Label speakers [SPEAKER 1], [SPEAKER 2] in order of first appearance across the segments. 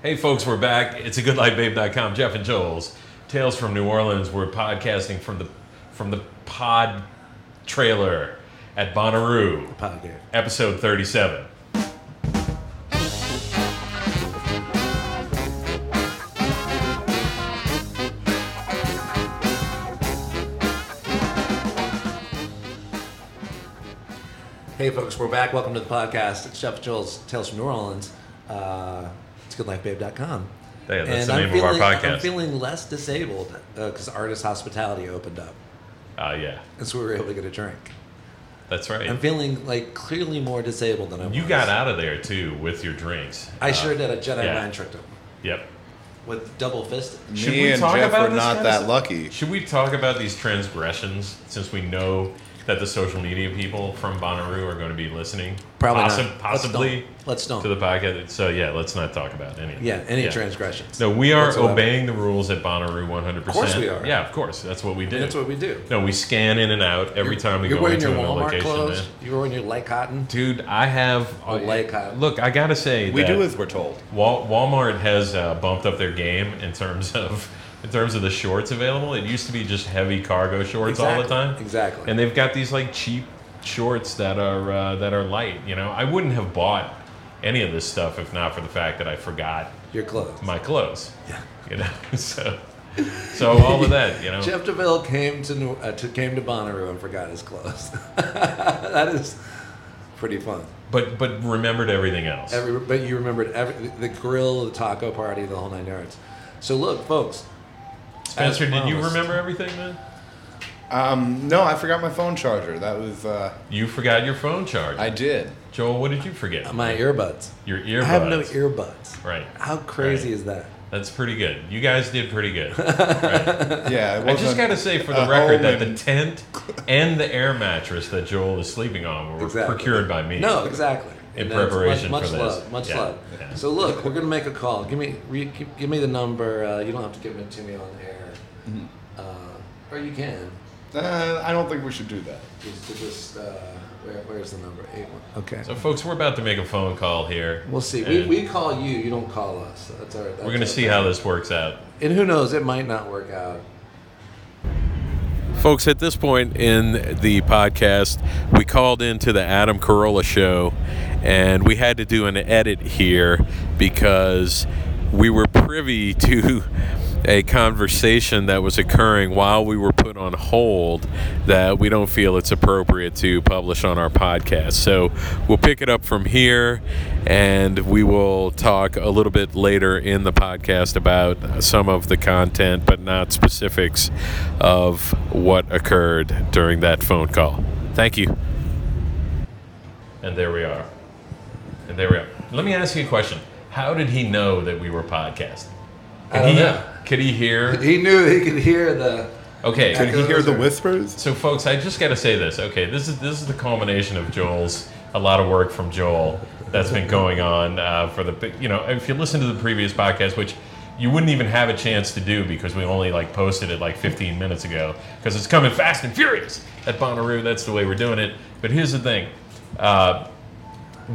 [SPEAKER 1] Hey, folks, we're back. It's a goodlifebabe.com. Jeff and Joel's Tales from New Orleans. We're podcasting from the from the pod trailer at Bonnaroo,
[SPEAKER 2] Podcast.
[SPEAKER 1] episode 37.
[SPEAKER 2] Hey, folks, we're back. Welcome to the podcast. It's Chef Joel's Tales from New Orleans. Uh, it's goodlifebabe.com.
[SPEAKER 1] Yeah, that's
[SPEAKER 2] and
[SPEAKER 1] the
[SPEAKER 2] I'm
[SPEAKER 1] name of our
[SPEAKER 2] feeling, I'm
[SPEAKER 1] podcast.
[SPEAKER 2] feeling less disabled because Artist Hospitality opened up,
[SPEAKER 1] Ah, yeah,
[SPEAKER 2] and so we were able to get a drink.
[SPEAKER 1] that's right.
[SPEAKER 2] I'm feeling like clearly more disabled than I was.
[SPEAKER 1] you got out of there too with your drinks.
[SPEAKER 2] I
[SPEAKER 1] Uh,
[SPEAKER 2] sure did. A Jedi
[SPEAKER 1] yeah.
[SPEAKER 2] mind tricked him
[SPEAKER 1] Yep.
[SPEAKER 2] with double fist.
[SPEAKER 1] Should
[SPEAKER 3] Me
[SPEAKER 1] we
[SPEAKER 3] and
[SPEAKER 1] talk
[SPEAKER 3] Jeff
[SPEAKER 1] about
[SPEAKER 3] were
[SPEAKER 1] this
[SPEAKER 3] not
[SPEAKER 1] kind of
[SPEAKER 3] that
[SPEAKER 1] stuff?
[SPEAKER 3] lucky.
[SPEAKER 1] Should we talk about these transgressions since we know that the social media people from Bonnaroo are going to be listening?
[SPEAKER 2] Probably
[SPEAKER 1] Possi-
[SPEAKER 2] not.
[SPEAKER 1] Possibly
[SPEAKER 2] Let's don't. Let's
[SPEAKER 1] to
[SPEAKER 2] don't.
[SPEAKER 1] the podcast. So, yeah, let's not talk about any of
[SPEAKER 2] yeah,
[SPEAKER 1] that.
[SPEAKER 2] any transgressions.
[SPEAKER 1] No, we are
[SPEAKER 2] whatsoever.
[SPEAKER 1] obeying the rules at Bonnaroo 100%. Of
[SPEAKER 2] course we are.
[SPEAKER 1] Yeah, of course. That's what we do.
[SPEAKER 2] That's what we do.
[SPEAKER 1] no, we scan in and out every time we
[SPEAKER 2] You're
[SPEAKER 1] go
[SPEAKER 2] wearing
[SPEAKER 1] into
[SPEAKER 2] your
[SPEAKER 1] a new
[SPEAKER 2] Walmart
[SPEAKER 1] location.
[SPEAKER 2] clothes.
[SPEAKER 1] man.
[SPEAKER 2] You're wearing your light cotton.
[SPEAKER 1] Dude, I have.
[SPEAKER 2] Oh, like, uh,
[SPEAKER 1] look, I gotta say,
[SPEAKER 3] We
[SPEAKER 1] that
[SPEAKER 3] do as we're told.
[SPEAKER 1] Wal- Walmart has uh, bumped up their game in terms of in terms of the shorts available. It used to be just heavy cargo shorts all the
[SPEAKER 2] Exactly,
[SPEAKER 1] time.
[SPEAKER 2] exactly.
[SPEAKER 1] And they've got these like cheap shorts that are uh, that are light. You know, I wouldn't have bought any of this stuff if not for the fact that I forgot
[SPEAKER 2] Your clothes.
[SPEAKER 1] my clothes.
[SPEAKER 2] Yeah.
[SPEAKER 1] You know, so so all of that. You know,
[SPEAKER 2] Jeff DeVille came to, New- uh, to came to Bonnaroo and forgot his clothes. that is pretty fun.
[SPEAKER 1] but but remembered everything else.
[SPEAKER 2] Every, but you remembered every, the grill, the taco party, the whole nine yards. So look, folks.
[SPEAKER 1] Spencer,
[SPEAKER 2] as
[SPEAKER 1] did you
[SPEAKER 2] promised-
[SPEAKER 1] remember everything, man?
[SPEAKER 3] Um, no, I forgot my phone charger. That was uh,
[SPEAKER 1] You forgot your phone charger.
[SPEAKER 3] I did.
[SPEAKER 1] Joel, what did you forget?
[SPEAKER 2] My earbuds.
[SPEAKER 1] Your earbuds.
[SPEAKER 2] I have no earbuds.
[SPEAKER 1] Right.
[SPEAKER 2] Um, How crazy
[SPEAKER 1] Right.
[SPEAKER 2] is that?
[SPEAKER 1] That's pretty good. You guys did pretty good. Right.
[SPEAKER 3] Yeah, it
[SPEAKER 1] I just
[SPEAKER 3] wasn't
[SPEAKER 1] got to say for the
[SPEAKER 3] a
[SPEAKER 1] record that
[SPEAKER 3] home
[SPEAKER 1] the
[SPEAKER 3] and-
[SPEAKER 1] tent and the air mattress that Joel is sleeping on were
[SPEAKER 2] Exactly.
[SPEAKER 1] procured by me.
[SPEAKER 2] No, exactly.
[SPEAKER 1] In
[SPEAKER 2] that's much-
[SPEAKER 1] preparation
[SPEAKER 2] much,
[SPEAKER 1] for this.
[SPEAKER 2] love, much
[SPEAKER 1] Yeah,
[SPEAKER 2] love.
[SPEAKER 1] yeah.
[SPEAKER 2] So look, we're gonna make a call. Give me, re, give, give me the number. Uh, you don't have to give it to me on air,
[SPEAKER 1] Mm-hmm.
[SPEAKER 2] uh, or you can.
[SPEAKER 3] Uh, I don't think we should do that.
[SPEAKER 2] Just, to just uh, where, where's the number? Eight one. Okay.
[SPEAKER 1] So, folks, we're about to make a phone call here.
[SPEAKER 2] we'll see. We,
[SPEAKER 1] and
[SPEAKER 2] we call you. You don't call us. That's our. That's
[SPEAKER 1] we're going to
[SPEAKER 2] our
[SPEAKER 1] see
[SPEAKER 2] thing.
[SPEAKER 1] how this works out.
[SPEAKER 2] And who knows? It might not work out.
[SPEAKER 1] Folks, at this point in the podcast, we called into the Adam Carolla show and we had to do an edit here because we were privy to a conversation that was occurring while we were put on hold that we don't feel it's appropriate to publish on our podcast. So we'll pick it up from here and we will talk a little bit later in the podcast about some of the content, but not specifics of what occurred during that phone call. Thank you. And there we are. And there we are. Let me ask you a question. How did he know that we were podcasting? Could
[SPEAKER 2] I don't
[SPEAKER 1] he,
[SPEAKER 2] know.
[SPEAKER 1] could he hear?
[SPEAKER 2] He knew he could hear the.
[SPEAKER 1] Okay.
[SPEAKER 3] Did he hear the whispers?
[SPEAKER 1] So, folks, I just got to say this. Okay, this is this is the culmination of Joel's a lot of work from Joel that's been going on uh, for the you know if you listen to the previous podcast, which you wouldn't even have a chance to do because we only like posted it like 15 minutes ago because it's coming fast and furious at Bonnaroo. That's the way we're doing it. But here's the thing. Uh,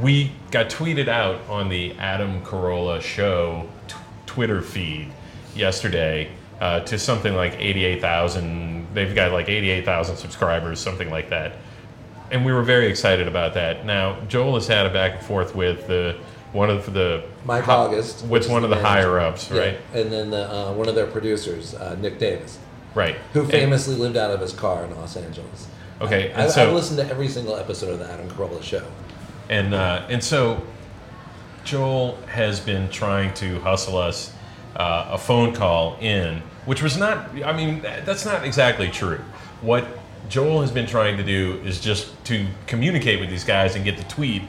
[SPEAKER 1] we got tweeted out on the Adam Carolla show t- Twitter feed yesterday uh, to something like 88,000. They've got like 88,000 subscribers, something like that. And we were very excited about that. Now, Joel has had a back and forth with the one of the
[SPEAKER 2] Mike
[SPEAKER 1] ho-
[SPEAKER 2] August, which
[SPEAKER 1] with
[SPEAKER 2] is
[SPEAKER 1] one of
[SPEAKER 2] the
[SPEAKER 1] the
[SPEAKER 2] manager.
[SPEAKER 1] higher ups, right?
[SPEAKER 2] Yeah. And then the, uh, one of their producers, uh, Nick Davis,
[SPEAKER 1] Right.
[SPEAKER 2] who
[SPEAKER 1] And-
[SPEAKER 2] famously lived out of his car in Los Angeles.
[SPEAKER 1] okay, and
[SPEAKER 2] I,
[SPEAKER 1] so
[SPEAKER 2] I've listened to every single episode of the Adam Carolla show.
[SPEAKER 1] and uh, and so Joel has been trying to hustle us uh, a phone call in, which was not. I mean, that- that's not exactly true. What Joel has been trying to do is just to communicate with these guys and get the tweet.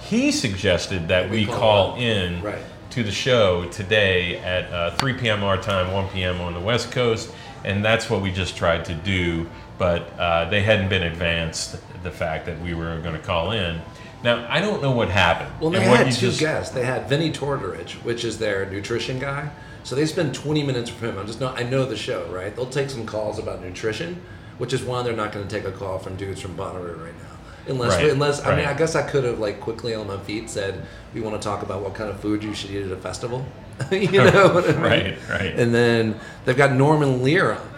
[SPEAKER 1] He suggested that we,
[SPEAKER 2] call
[SPEAKER 1] call
[SPEAKER 2] up.
[SPEAKER 1] in
[SPEAKER 2] Right.
[SPEAKER 1] to the show today at uh, 3 p.m. our time, 1 p.m. on the West Coast, and that's what we just tried to do. But uh, they hadn't been advanced the fact that we were going to call in. Now I don't know what happened.
[SPEAKER 2] Well, they
[SPEAKER 1] and what
[SPEAKER 2] had
[SPEAKER 1] you
[SPEAKER 2] two
[SPEAKER 1] just-
[SPEAKER 2] guests. They had Vinny Tortorich, which is their nutrition guy. So they spend 20 minutes with him. I'm just know I know the show, right? They'll take some calls about nutrition, which is why they're not going to take a call from dudes from Bonnaroo right now. Unless,
[SPEAKER 1] Right,
[SPEAKER 2] unless I mean,
[SPEAKER 1] right.
[SPEAKER 2] I guess I could have like quickly on my feet said, "We want to talk about what kind of food you should eat at a festival." you know what I mean?
[SPEAKER 1] Right, right.
[SPEAKER 2] And then they've got Norman Lear on.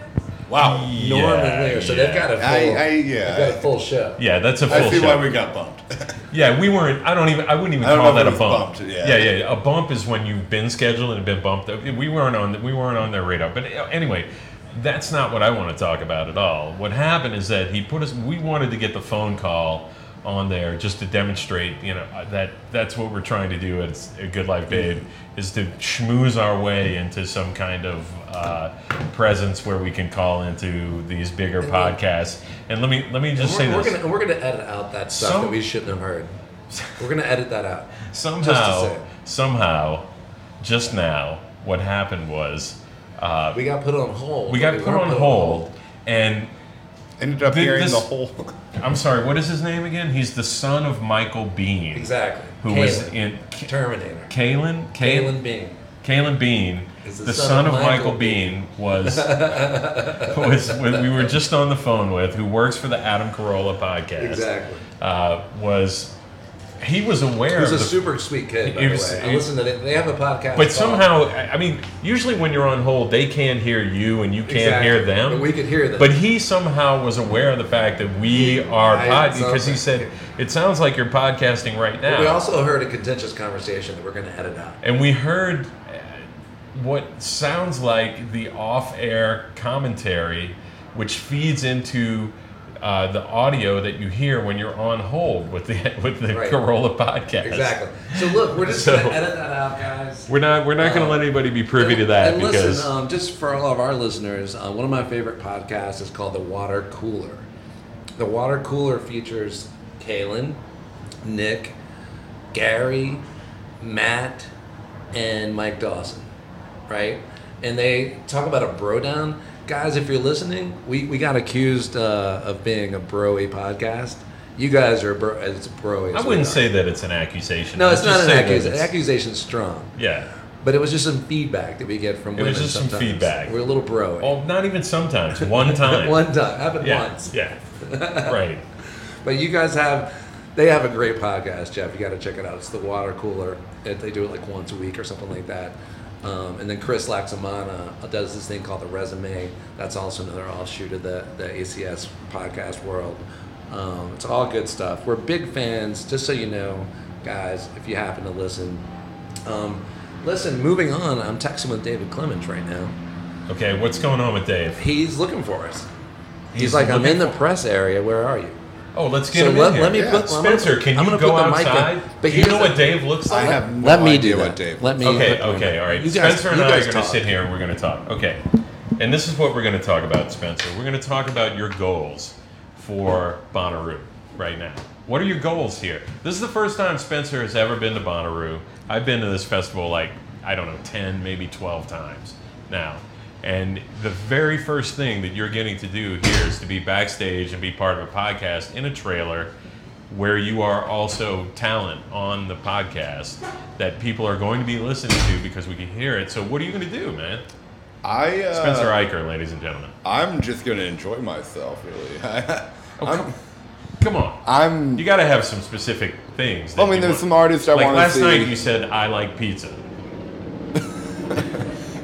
[SPEAKER 1] Wow.
[SPEAKER 2] Norman Lear. So they've got a full,
[SPEAKER 3] I- I- yeah.
[SPEAKER 2] they've got a full show.
[SPEAKER 1] Yeah, that's a full
[SPEAKER 3] I see
[SPEAKER 1] show.
[SPEAKER 3] why we got bumped.
[SPEAKER 1] Yeah, we weren't. I don't even. I wouldn't even
[SPEAKER 3] I don't
[SPEAKER 1] call
[SPEAKER 3] know
[SPEAKER 1] that
[SPEAKER 3] if
[SPEAKER 1] a
[SPEAKER 3] it was
[SPEAKER 1] bump.
[SPEAKER 3] bumped,
[SPEAKER 1] yeah.
[SPEAKER 3] yeah.
[SPEAKER 1] yeah, A bump is when you've been scheduled and been bumped. We weren't on. We weren't on their radar. But uh, anyway, that's not what I want to talk about at all. What happened is that he put us. We wanted to get the phone call on there just to demonstrate. You know uh, that that's what we're trying to do at a Good Life Babe is to schmooze our way into some kind of. Uh, presence where we can call into these bigger podcasts and let me let me just say
[SPEAKER 2] We're, we're
[SPEAKER 1] this
[SPEAKER 2] gonna we're gonna edit out that stuff
[SPEAKER 1] Some-
[SPEAKER 2] that we shouldn't have heard. We're gonna edit that out.
[SPEAKER 1] somehow,
[SPEAKER 2] say it.
[SPEAKER 1] somehow, just now, what happened was uh,
[SPEAKER 2] We got put on hold.
[SPEAKER 1] we got put on
[SPEAKER 2] weren't
[SPEAKER 1] hold, and
[SPEAKER 3] Ended up
[SPEAKER 1] Th-
[SPEAKER 3] hearing
[SPEAKER 1] this-
[SPEAKER 3] the whole.
[SPEAKER 1] I'm sorry, what is his name again? He's the son of Michael Bean,
[SPEAKER 2] Exactly.
[SPEAKER 1] who was
[SPEAKER 2] Kalen.
[SPEAKER 1] in K-
[SPEAKER 2] Terminator.
[SPEAKER 1] Kalen, Kalen,
[SPEAKER 2] Kalen Bean.
[SPEAKER 1] Kalen Bean,
[SPEAKER 2] Is
[SPEAKER 1] the, son, of Michael, Bean, was was when we were just on the phone with, who works for the Adam Carolla podcast.
[SPEAKER 2] Exactly.
[SPEAKER 1] Uh, was he was aware
[SPEAKER 2] He was
[SPEAKER 1] of
[SPEAKER 2] a
[SPEAKER 1] the,
[SPEAKER 2] super sweet kid, by
[SPEAKER 1] He
[SPEAKER 2] the
[SPEAKER 1] was-
[SPEAKER 2] way. I
[SPEAKER 1] he-
[SPEAKER 2] listen to it. They have a
[SPEAKER 1] But
[SPEAKER 2] podcast. called-
[SPEAKER 1] somehow, I I mean, usually when you're on hold, they can't hear you and you can't
[SPEAKER 2] Exactly.
[SPEAKER 1] hear them.
[SPEAKER 2] But we could hear them.
[SPEAKER 1] But he somehow was aware of the fact that we are
[SPEAKER 2] I-
[SPEAKER 1] pod because he said,
[SPEAKER 2] something.
[SPEAKER 1] "It sounds like you're podcasting right now."
[SPEAKER 2] we also heard a contentious conversation that we're gonna edit out.
[SPEAKER 1] and we heard uh, what sounds like the off-air commentary, which feeds into. Uh, the audio that you hear when you're on hold with the with the
[SPEAKER 2] Right.
[SPEAKER 1] Corolla podcast.
[SPEAKER 2] Exactly. So look, we're just
[SPEAKER 1] So-
[SPEAKER 2] gonna edit that out, guys.
[SPEAKER 1] We're not we're not going
[SPEAKER 2] Um,
[SPEAKER 1] to let anybody be privy to that
[SPEAKER 2] and
[SPEAKER 1] because
[SPEAKER 2] listen, um, just for all of our listeners, uh, one of my favorite podcasts is called The Water Cooler. The Water Cooler features Kalen, Nick, Gary, Matt, and Mike Dawson, right? And they talk about a bro down. Guys, if you're listening, we, we got accused uh, of being a broy podcast. You guys are bro. It's broy.
[SPEAKER 1] I wouldn't say that it's an accusation.
[SPEAKER 2] No,
[SPEAKER 1] I'd
[SPEAKER 2] it's
[SPEAKER 1] just
[SPEAKER 2] not an
[SPEAKER 1] say that
[SPEAKER 2] accusation.
[SPEAKER 1] it's-
[SPEAKER 2] Accusation's strong.
[SPEAKER 1] Yeah.
[SPEAKER 2] But it was just some feedback that we get from
[SPEAKER 1] It
[SPEAKER 2] women.
[SPEAKER 1] was just some
[SPEAKER 2] sometimes.
[SPEAKER 1] feedback.
[SPEAKER 2] We're a little bro.
[SPEAKER 1] Well, not even sometimes. One time.
[SPEAKER 2] One time, happened
[SPEAKER 1] yeah.
[SPEAKER 2] once.
[SPEAKER 1] Yeah. right.
[SPEAKER 2] But you guys have, they have a great podcast, Jeff. You got to check it out. It's the Water Cooler. It- They do it like once a week or something like that. Um, and then Chris Laxamana does this thing called the Resume. That's also another offshoot of the the ACS podcast world. Um, it's all good stuff. We're big fans. Just so you know, guys, if you happen to listen. Um, listen, moving on. I'm texting with David Clements right now.
[SPEAKER 1] Okay, what's going on with Dave?
[SPEAKER 2] He's looking for us. He's,
[SPEAKER 1] He's
[SPEAKER 2] like, I'm
[SPEAKER 1] looking
[SPEAKER 2] in the press area. Where are you?
[SPEAKER 1] Oh, let's get him
[SPEAKER 2] let,
[SPEAKER 1] in here.
[SPEAKER 2] let me
[SPEAKER 3] Yeah.
[SPEAKER 2] put well, I'm gonna
[SPEAKER 1] Spencer,
[SPEAKER 2] put-
[SPEAKER 1] can
[SPEAKER 2] I'm
[SPEAKER 1] you
[SPEAKER 2] gonna
[SPEAKER 1] go
[SPEAKER 2] put the mic in.
[SPEAKER 1] outside?
[SPEAKER 2] But
[SPEAKER 1] Do you know
[SPEAKER 2] here's
[SPEAKER 1] what
[SPEAKER 2] the-
[SPEAKER 1] Dave looks
[SPEAKER 3] I
[SPEAKER 1] like?
[SPEAKER 3] have no
[SPEAKER 2] Let me
[SPEAKER 3] idea
[SPEAKER 2] do
[SPEAKER 3] what
[SPEAKER 2] that.
[SPEAKER 3] Dave.
[SPEAKER 2] Let me.
[SPEAKER 1] Okay,
[SPEAKER 2] put-
[SPEAKER 1] okay, all right.
[SPEAKER 2] You guys-
[SPEAKER 1] Spencer and
[SPEAKER 2] you
[SPEAKER 1] I are
[SPEAKER 2] guys
[SPEAKER 1] going to
[SPEAKER 2] talk.
[SPEAKER 1] sit here and we're going to talk. Okay, and this is what we're going to talk about, Spencer. We're going to talk about your goals for Bonnaroo right now. What are your goals here? This is the first time Spencer has ever been to Bonnaroo. I've been to this festival like I don't know, ten, maybe twelve times now. And the very first thing that you're getting to do here is to be backstage and be part of a podcast in a trailer where you are also talent on the podcast that people are going to be listening to because we can hear it. So what are you going to do, man?
[SPEAKER 3] I uh,
[SPEAKER 1] Spencer Eicher, ladies and gentlemen.
[SPEAKER 3] I'm just gonna enjoy myself, really.
[SPEAKER 1] come-
[SPEAKER 3] I'm,
[SPEAKER 1] Come on.
[SPEAKER 3] I'm.
[SPEAKER 1] you got to have some specific things. that
[SPEAKER 3] I mean,
[SPEAKER 1] you
[SPEAKER 3] there's
[SPEAKER 1] want.
[SPEAKER 3] some artists I
[SPEAKER 1] Like
[SPEAKER 3] wanna
[SPEAKER 1] last
[SPEAKER 3] see.
[SPEAKER 1] night you said, I like pizza.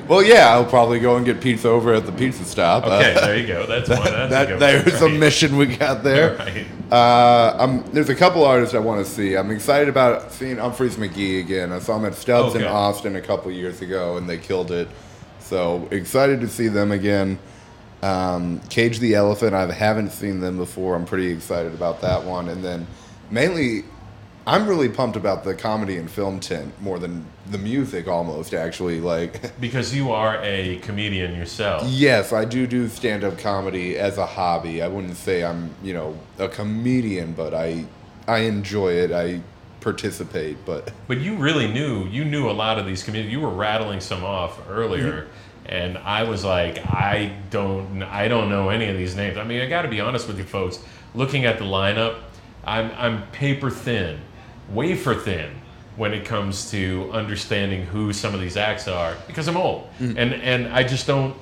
[SPEAKER 3] Well, yeah, I'll probably go and get pizza over at the pizza stop. Uh,
[SPEAKER 1] Okay, there you go. That's one. That's a
[SPEAKER 3] that
[SPEAKER 1] good
[SPEAKER 3] there's
[SPEAKER 1] one.
[SPEAKER 3] a mission we got there.
[SPEAKER 1] Right.
[SPEAKER 3] Uh, I'm, there's a couple artists I want to see. I'm excited about seeing Humphreys McGee again. I saw him at Stubbs in
[SPEAKER 1] Okay.
[SPEAKER 3] Austin a couple years ago, and they killed it. So excited to see them again. Um, Cage the Elephant. I haven't seen them before. I'm pretty excited about that one. And then mainly, I'm really pumped about the comedy and film tent more than the music. Almost actually, like
[SPEAKER 1] Because you are a comedian yourself.
[SPEAKER 3] Yes, I do do stand up comedy as a hobby. I wouldn't say I'm, you know, a comedian, but I I enjoy it. I participate, but
[SPEAKER 1] But you really knew. You knew a lot of these comedians. You were rattling some off earlier, and I was like, I don't, I don't know any of these names. I mean, I got to be honest with you, folks. Looking at the lineup, I'm, I'm paper thin, wafer thin when it comes to understanding who some of these acts are because I'm old, and and I just don't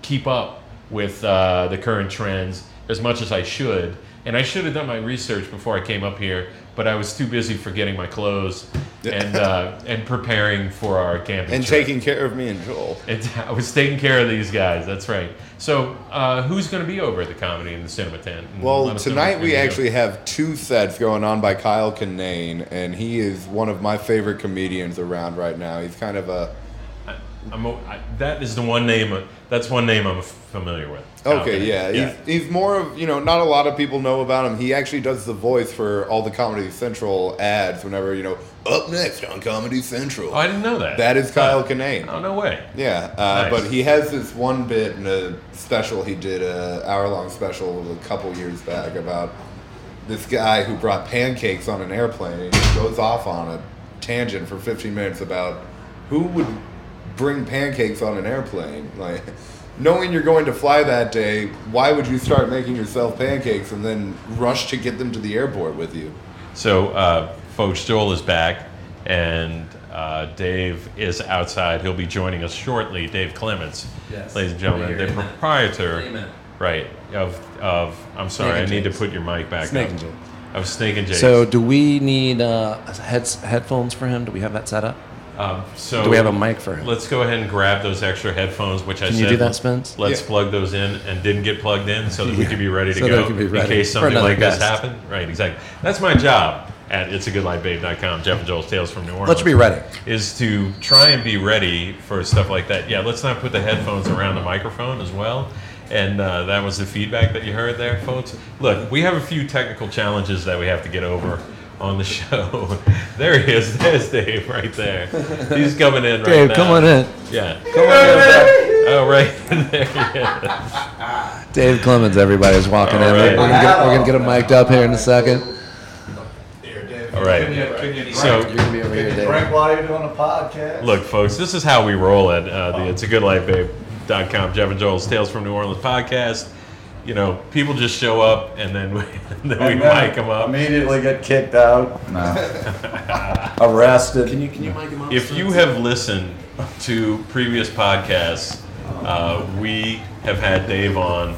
[SPEAKER 1] keep up with uh, the current trends. as much as I should. And I should have done my research before I came up here, but I was too busy forgetting my clothes and uh, and preparing for our camping
[SPEAKER 3] and
[SPEAKER 1] trip.
[SPEAKER 3] taking care of me and Joel.
[SPEAKER 1] It, I was taking care of these guys. That's right. So, uh, who's going to be over at the comedy in the cinema tent? And let
[SPEAKER 3] Well,
[SPEAKER 1] us know who's
[SPEAKER 3] tonight
[SPEAKER 1] gonna
[SPEAKER 3] we
[SPEAKER 1] be over.
[SPEAKER 3] actually have two sets going on by Kyle Kinane, and he is one of my favorite comedians around right now. He's kind of a
[SPEAKER 1] I, I'm, o- I, that is the one name. uh, That's one name I'm familiar with.
[SPEAKER 3] okay,
[SPEAKER 1] Confident.
[SPEAKER 3] yeah. He's, he's more of you know not a lot of people know about him. He actually does the voice for all the Comedy Central ads. Whenever you know up next on Comedy Central,
[SPEAKER 1] Oh, I didn't know that.
[SPEAKER 3] that is Kyle
[SPEAKER 1] Oh
[SPEAKER 3] Kinane.
[SPEAKER 1] no way.
[SPEAKER 3] Yeah, uh,
[SPEAKER 1] Nice.
[SPEAKER 3] but he has this one bit in a special he did a hour long special a couple years back about this guy who brought pancakes on an airplane and he goes off on a tangent for 15 minutes about who would bring pancakes on an airplane like knowing you're going to fly that day why would you start making yourself pancakes and then rush to get them to the airport with you
[SPEAKER 1] So, uh, Folks Joel is back, and uh, Dave is outside. He'll be joining us shortly. Dave Clements,
[SPEAKER 2] Yes.
[SPEAKER 1] ladies and gentlemen,
[SPEAKER 2] We're
[SPEAKER 1] the
[SPEAKER 2] here. Amen.
[SPEAKER 1] proprietor,
[SPEAKER 2] Amen.
[SPEAKER 1] right? Of of I'm sorry,
[SPEAKER 3] Snake and
[SPEAKER 1] I need
[SPEAKER 3] James.
[SPEAKER 1] to put your mic back
[SPEAKER 2] Snake
[SPEAKER 1] up.
[SPEAKER 2] and James.
[SPEAKER 1] Of Snake and James.
[SPEAKER 2] So, do we need uh, heads, headphones for him? Do we have that set up?
[SPEAKER 1] Um, so
[SPEAKER 2] Do we have a mic for him?
[SPEAKER 1] Let's go ahead and grab those extra headphones, which I
[SPEAKER 2] Can
[SPEAKER 1] said.
[SPEAKER 2] you do that, Spence?
[SPEAKER 1] Let's
[SPEAKER 3] Yeah.
[SPEAKER 1] plug those in and didn't get plugged in, so that we could be ready to
[SPEAKER 2] So
[SPEAKER 1] go
[SPEAKER 2] they could be ready
[SPEAKER 1] in case
[SPEAKER 2] for
[SPEAKER 1] something
[SPEAKER 2] another
[SPEAKER 1] like this
[SPEAKER 2] guest.
[SPEAKER 1] happened. Right, exactly. That's my job at it'sagoodlifebabe.com. Jeff and Joel's Tales from New Orleans.
[SPEAKER 2] Let's be ready.
[SPEAKER 1] Is to try and be ready for stuff like that. Yeah, let's not put the headphones around the microphone as well. And uh, that was the feedback that you heard there, folks. Look, we have a few technical challenges that we have to get over on the show. there he is. There's Dave right there. He's coming in right
[SPEAKER 2] Dave,
[SPEAKER 1] now.
[SPEAKER 2] come on in.
[SPEAKER 1] Yeah.
[SPEAKER 2] Come on in.
[SPEAKER 1] Oh, right there. he is.
[SPEAKER 2] Dave Clemens, everybody's walking in.
[SPEAKER 1] All right.
[SPEAKER 2] We're going to get him mic'd up here in a second.
[SPEAKER 1] All right. So,
[SPEAKER 2] You're going to be over here, Dave.
[SPEAKER 4] Drink while you're doing a podcast.
[SPEAKER 1] Look, folks, this is how we roll at uh,
[SPEAKER 4] Oh.
[SPEAKER 1] the It's a Good Life Babe.com, Jeff and Joel's Tales from New Orleans podcast. You know, people just show up and then we, and then we
[SPEAKER 4] And then
[SPEAKER 1] mic them up.
[SPEAKER 4] Immediately get kicked out. No. Arrested.
[SPEAKER 2] Can you, can you mic him up?
[SPEAKER 1] If you have listened to previous podcasts, uh, we have had Dave on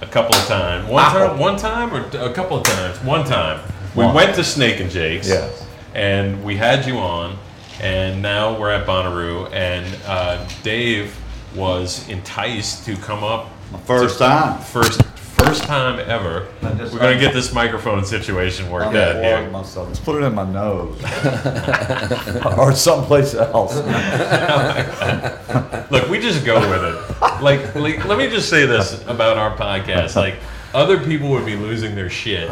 [SPEAKER 1] a couple of times. One time, one time, or a couple of times. One time, we
[SPEAKER 4] One.
[SPEAKER 1] went to Snake and Jake's.
[SPEAKER 4] Yes.
[SPEAKER 1] and we had you on, and now we're at Bonnaroo, and uh, Dave was enticed to come up
[SPEAKER 4] First time.
[SPEAKER 1] first first time ever.
[SPEAKER 4] I just-
[SPEAKER 1] We're gonna get this microphone situation
[SPEAKER 4] I'm
[SPEAKER 1] worked out
[SPEAKER 4] bored
[SPEAKER 1] here.
[SPEAKER 4] myself. Let's put it in my nose. or someplace else.
[SPEAKER 1] Look, we just go with it. Like, like, let me just say this about our podcast: like, other people would be losing their shit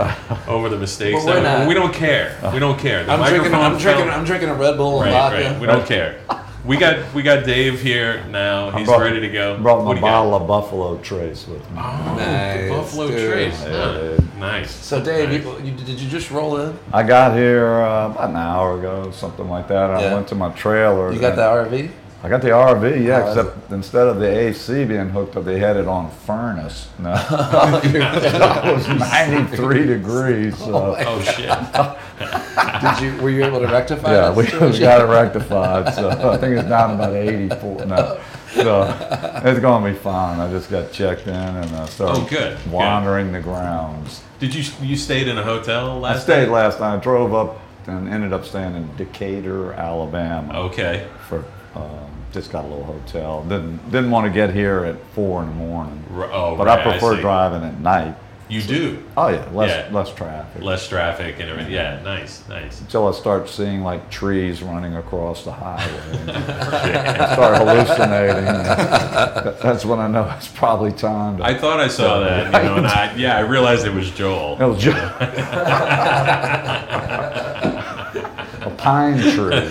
[SPEAKER 1] over the mistakes.
[SPEAKER 2] But we're
[SPEAKER 1] that
[SPEAKER 2] not.
[SPEAKER 1] we don't care. We don't care. The
[SPEAKER 2] I'm drinking,
[SPEAKER 1] microphone
[SPEAKER 2] I'm, drinking,
[SPEAKER 1] fell-
[SPEAKER 2] I'm drinking a Red Bull and
[SPEAKER 1] Right, right.
[SPEAKER 2] vodka.
[SPEAKER 1] We don't care. We got we got Dave here now. He's
[SPEAKER 4] Brought-
[SPEAKER 1] ready to go.
[SPEAKER 4] Brought
[SPEAKER 1] What
[SPEAKER 4] my
[SPEAKER 1] do you got?
[SPEAKER 4] bottle of Buffalo Trace with me.
[SPEAKER 1] Oh, the
[SPEAKER 2] Nice,
[SPEAKER 1] Buffalo
[SPEAKER 2] dude.
[SPEAKER 1] Trace.
[SPEAKER 4] Yeah,
[SPEAKER 1] Huh.
[SPEAKER 4] dude.
[SPEAKER 1] Nice.
[SPEAKER 2] So, Dave,
[SPEAKER 1] Nice.
[SPEAKER 2] you, you, did you just roll in?
[SPEAKER 4] I got here uh, about an hour ago, something like that. I
[SPEAKER 2] Yeah.
[SPEAKER 4] went to my trailer.
[SPEAKER 2] You got
[SPEAKER 4] and-
[SPEAKER 2] the RV?
[SPEAKER 4] I got the RV, yeah,
[SPEAKER 2] How is
[SPEAKER 4] except instead of the AC being hooked up, they had it on furnace. No, it was 93 degrees. So.
[SPEAKER 1] oh shit.
[SPEAKER 2] Did you? Were you able to rectify
[SPEAKER 4] Yeah,
[SPEAKER 2] that
[SPEAKER 4] we we
[SPEAKER 2] situation?
[SPEAKER 4] got it rectified. So I think it's down about 84 now. So it's going to be fine. I just got checked in and I started
[SPEAKER 1] Oh, good, good.
[SPEAKER 4] wandering the grounds.
[SPEAKER 1] Did you you stayed in a hotel
[SPEAKER 4] I
[SPEAKER 1] last?
[SPEAKER 4] stayed
[SPEAKER 1] night?
[SPEAKER 4] last night. I drove up and ended up staying in Decatur, Alabama.
[SPEAKER 1] Okay.
[SPEAKER 4] For um, just got a little hotel. Didn't didn't want to get here at four in the morning.
[SPEAKER 1] R- oh,
[SPEAKER 4] but
[SPEAKER 1] right,
[SPEAKER 4] I prefer
[SPEAKER 1] see.
[SPEAKER 4] driving at night.
[SPEAKER 1] You do
[SPEAKER 4] Oh yeah, less
[SPEAKER 1] Yeah.
[SPEAKER 4] less traffic.
[SPEAKER 1] less traffic and everything. Yeah, nice, nice.
[SPEAKER 4] Until I start seeing like trees running across the highway, and start hallucinating. That- That's when I know it's probably time to.
[SPEAKER 1] I thought I saw that, you know, Oh. and I yeah, I realized it was Joel.
[SPEAKER 4] It was ju- a pine tree.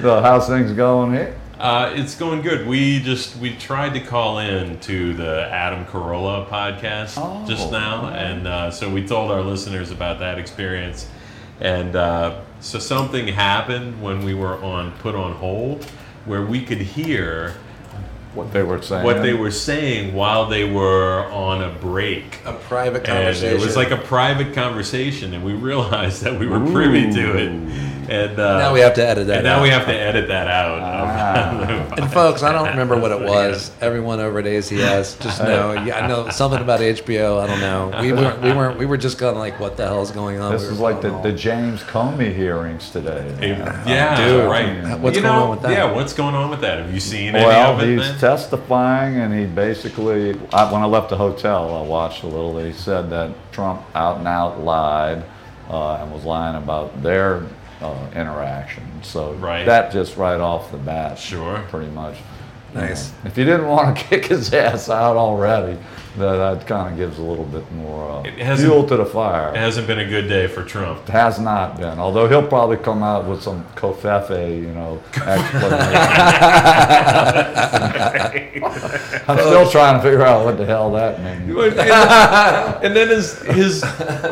[SPEAKER 4] so how's things going here?
[SPEAKER 1] Uh, it's going good. We just we tried to call in to the Adam Carolla podcast
[SPEAKER 4] Oh,
[SPEAKER 1] just now,
[SPEAKER 4] alright.
[SPEAKER 1] and uh, so we told our listeners about that experience, and uh, so something happened when we were on put on hold, where we could hear
[SPEAKER 4] What they were saying.
[SPEAKER 1] what they were saying while they were on a break.
[SPEAKER 2] a private
[SPEAKER 1] And
[SPEAKER 2] conversation.
[SPEAKER 1] it was like a private conversation, and we realized that we were privy to it. And uh,
[SPEAKER 2] Now we have to edit that.
[SPEAKER 1] And now
[SPEAKER 2] out.
[SPEAKER 1] we have to edit that out.
[SPEAKER 4] Ah.
[SPEAKER 1] Of,
[SPEAKER 2] And folks, I don't remember what it was. Everyone over at ACS, just know. Yeah, I know something about HBO. I don't know. We weren't. We weren't. We were just kind of like, what the hell is going on?
[SPEAKER 4] This
[SPEAKER 2] We
[SPEAKER 4] is
[SPEAKER 2] were
[SPEAKER 4] like the,
[SPEAKER 2] going
[SPEAKER 4] the
[SPEAKER 2] on.
[SPEAKER 4] James Comey hearings today.
[SPEAKER 1] yeah, yeah
[SPEAKER 2] Dude.
[SPEAKER 1] right.
[SPEAKER 2] What's
[SPEAKER 1] You
[SPEAKER 2] going
[SPEAKER 1] know,
[SPEAKER 2] on with that?
[SPEAKER 1] Yeah, what's going on with that? Have you seen
[SPEAKER 4] Well,
[SPEAKER 1] any of
[SPEAKER 4] he's
[SPEAKER 1] it? then?
[SPEAKER 4] testifying, and he basically, I, when I left the hotel, I watched a little. He said that Trump out and out lied uh, and was lying about their uh, interaction. So
[SPEAKER 1] Right.
[SPEAKER 4] that just right off the bat,
[SPEAKER 1] Sure.
[SPEAKER 4] pretty much.
[SPEAKER 2] Nice.
[SPEAKER 4] If you didn't want to kick his ass out already, that, that kind of gives a little bit more
[SPEAKER 1] It
[SPEAKER 4] uh,
[SPEAKER 1] hasn't-
[SPEAKER 4] fuel to the
[SPEAKER 1] it
[SPEAKER 4] fire.
[SPEAKER 1] hasn't been a good day for Trump.
[SPEAKER 4] Has not been, although he'll probably come out with some covfefe, you know, explanation. I'm still trying to figure out what the hell that means.
[SPEAKER 1] But- and, and then his his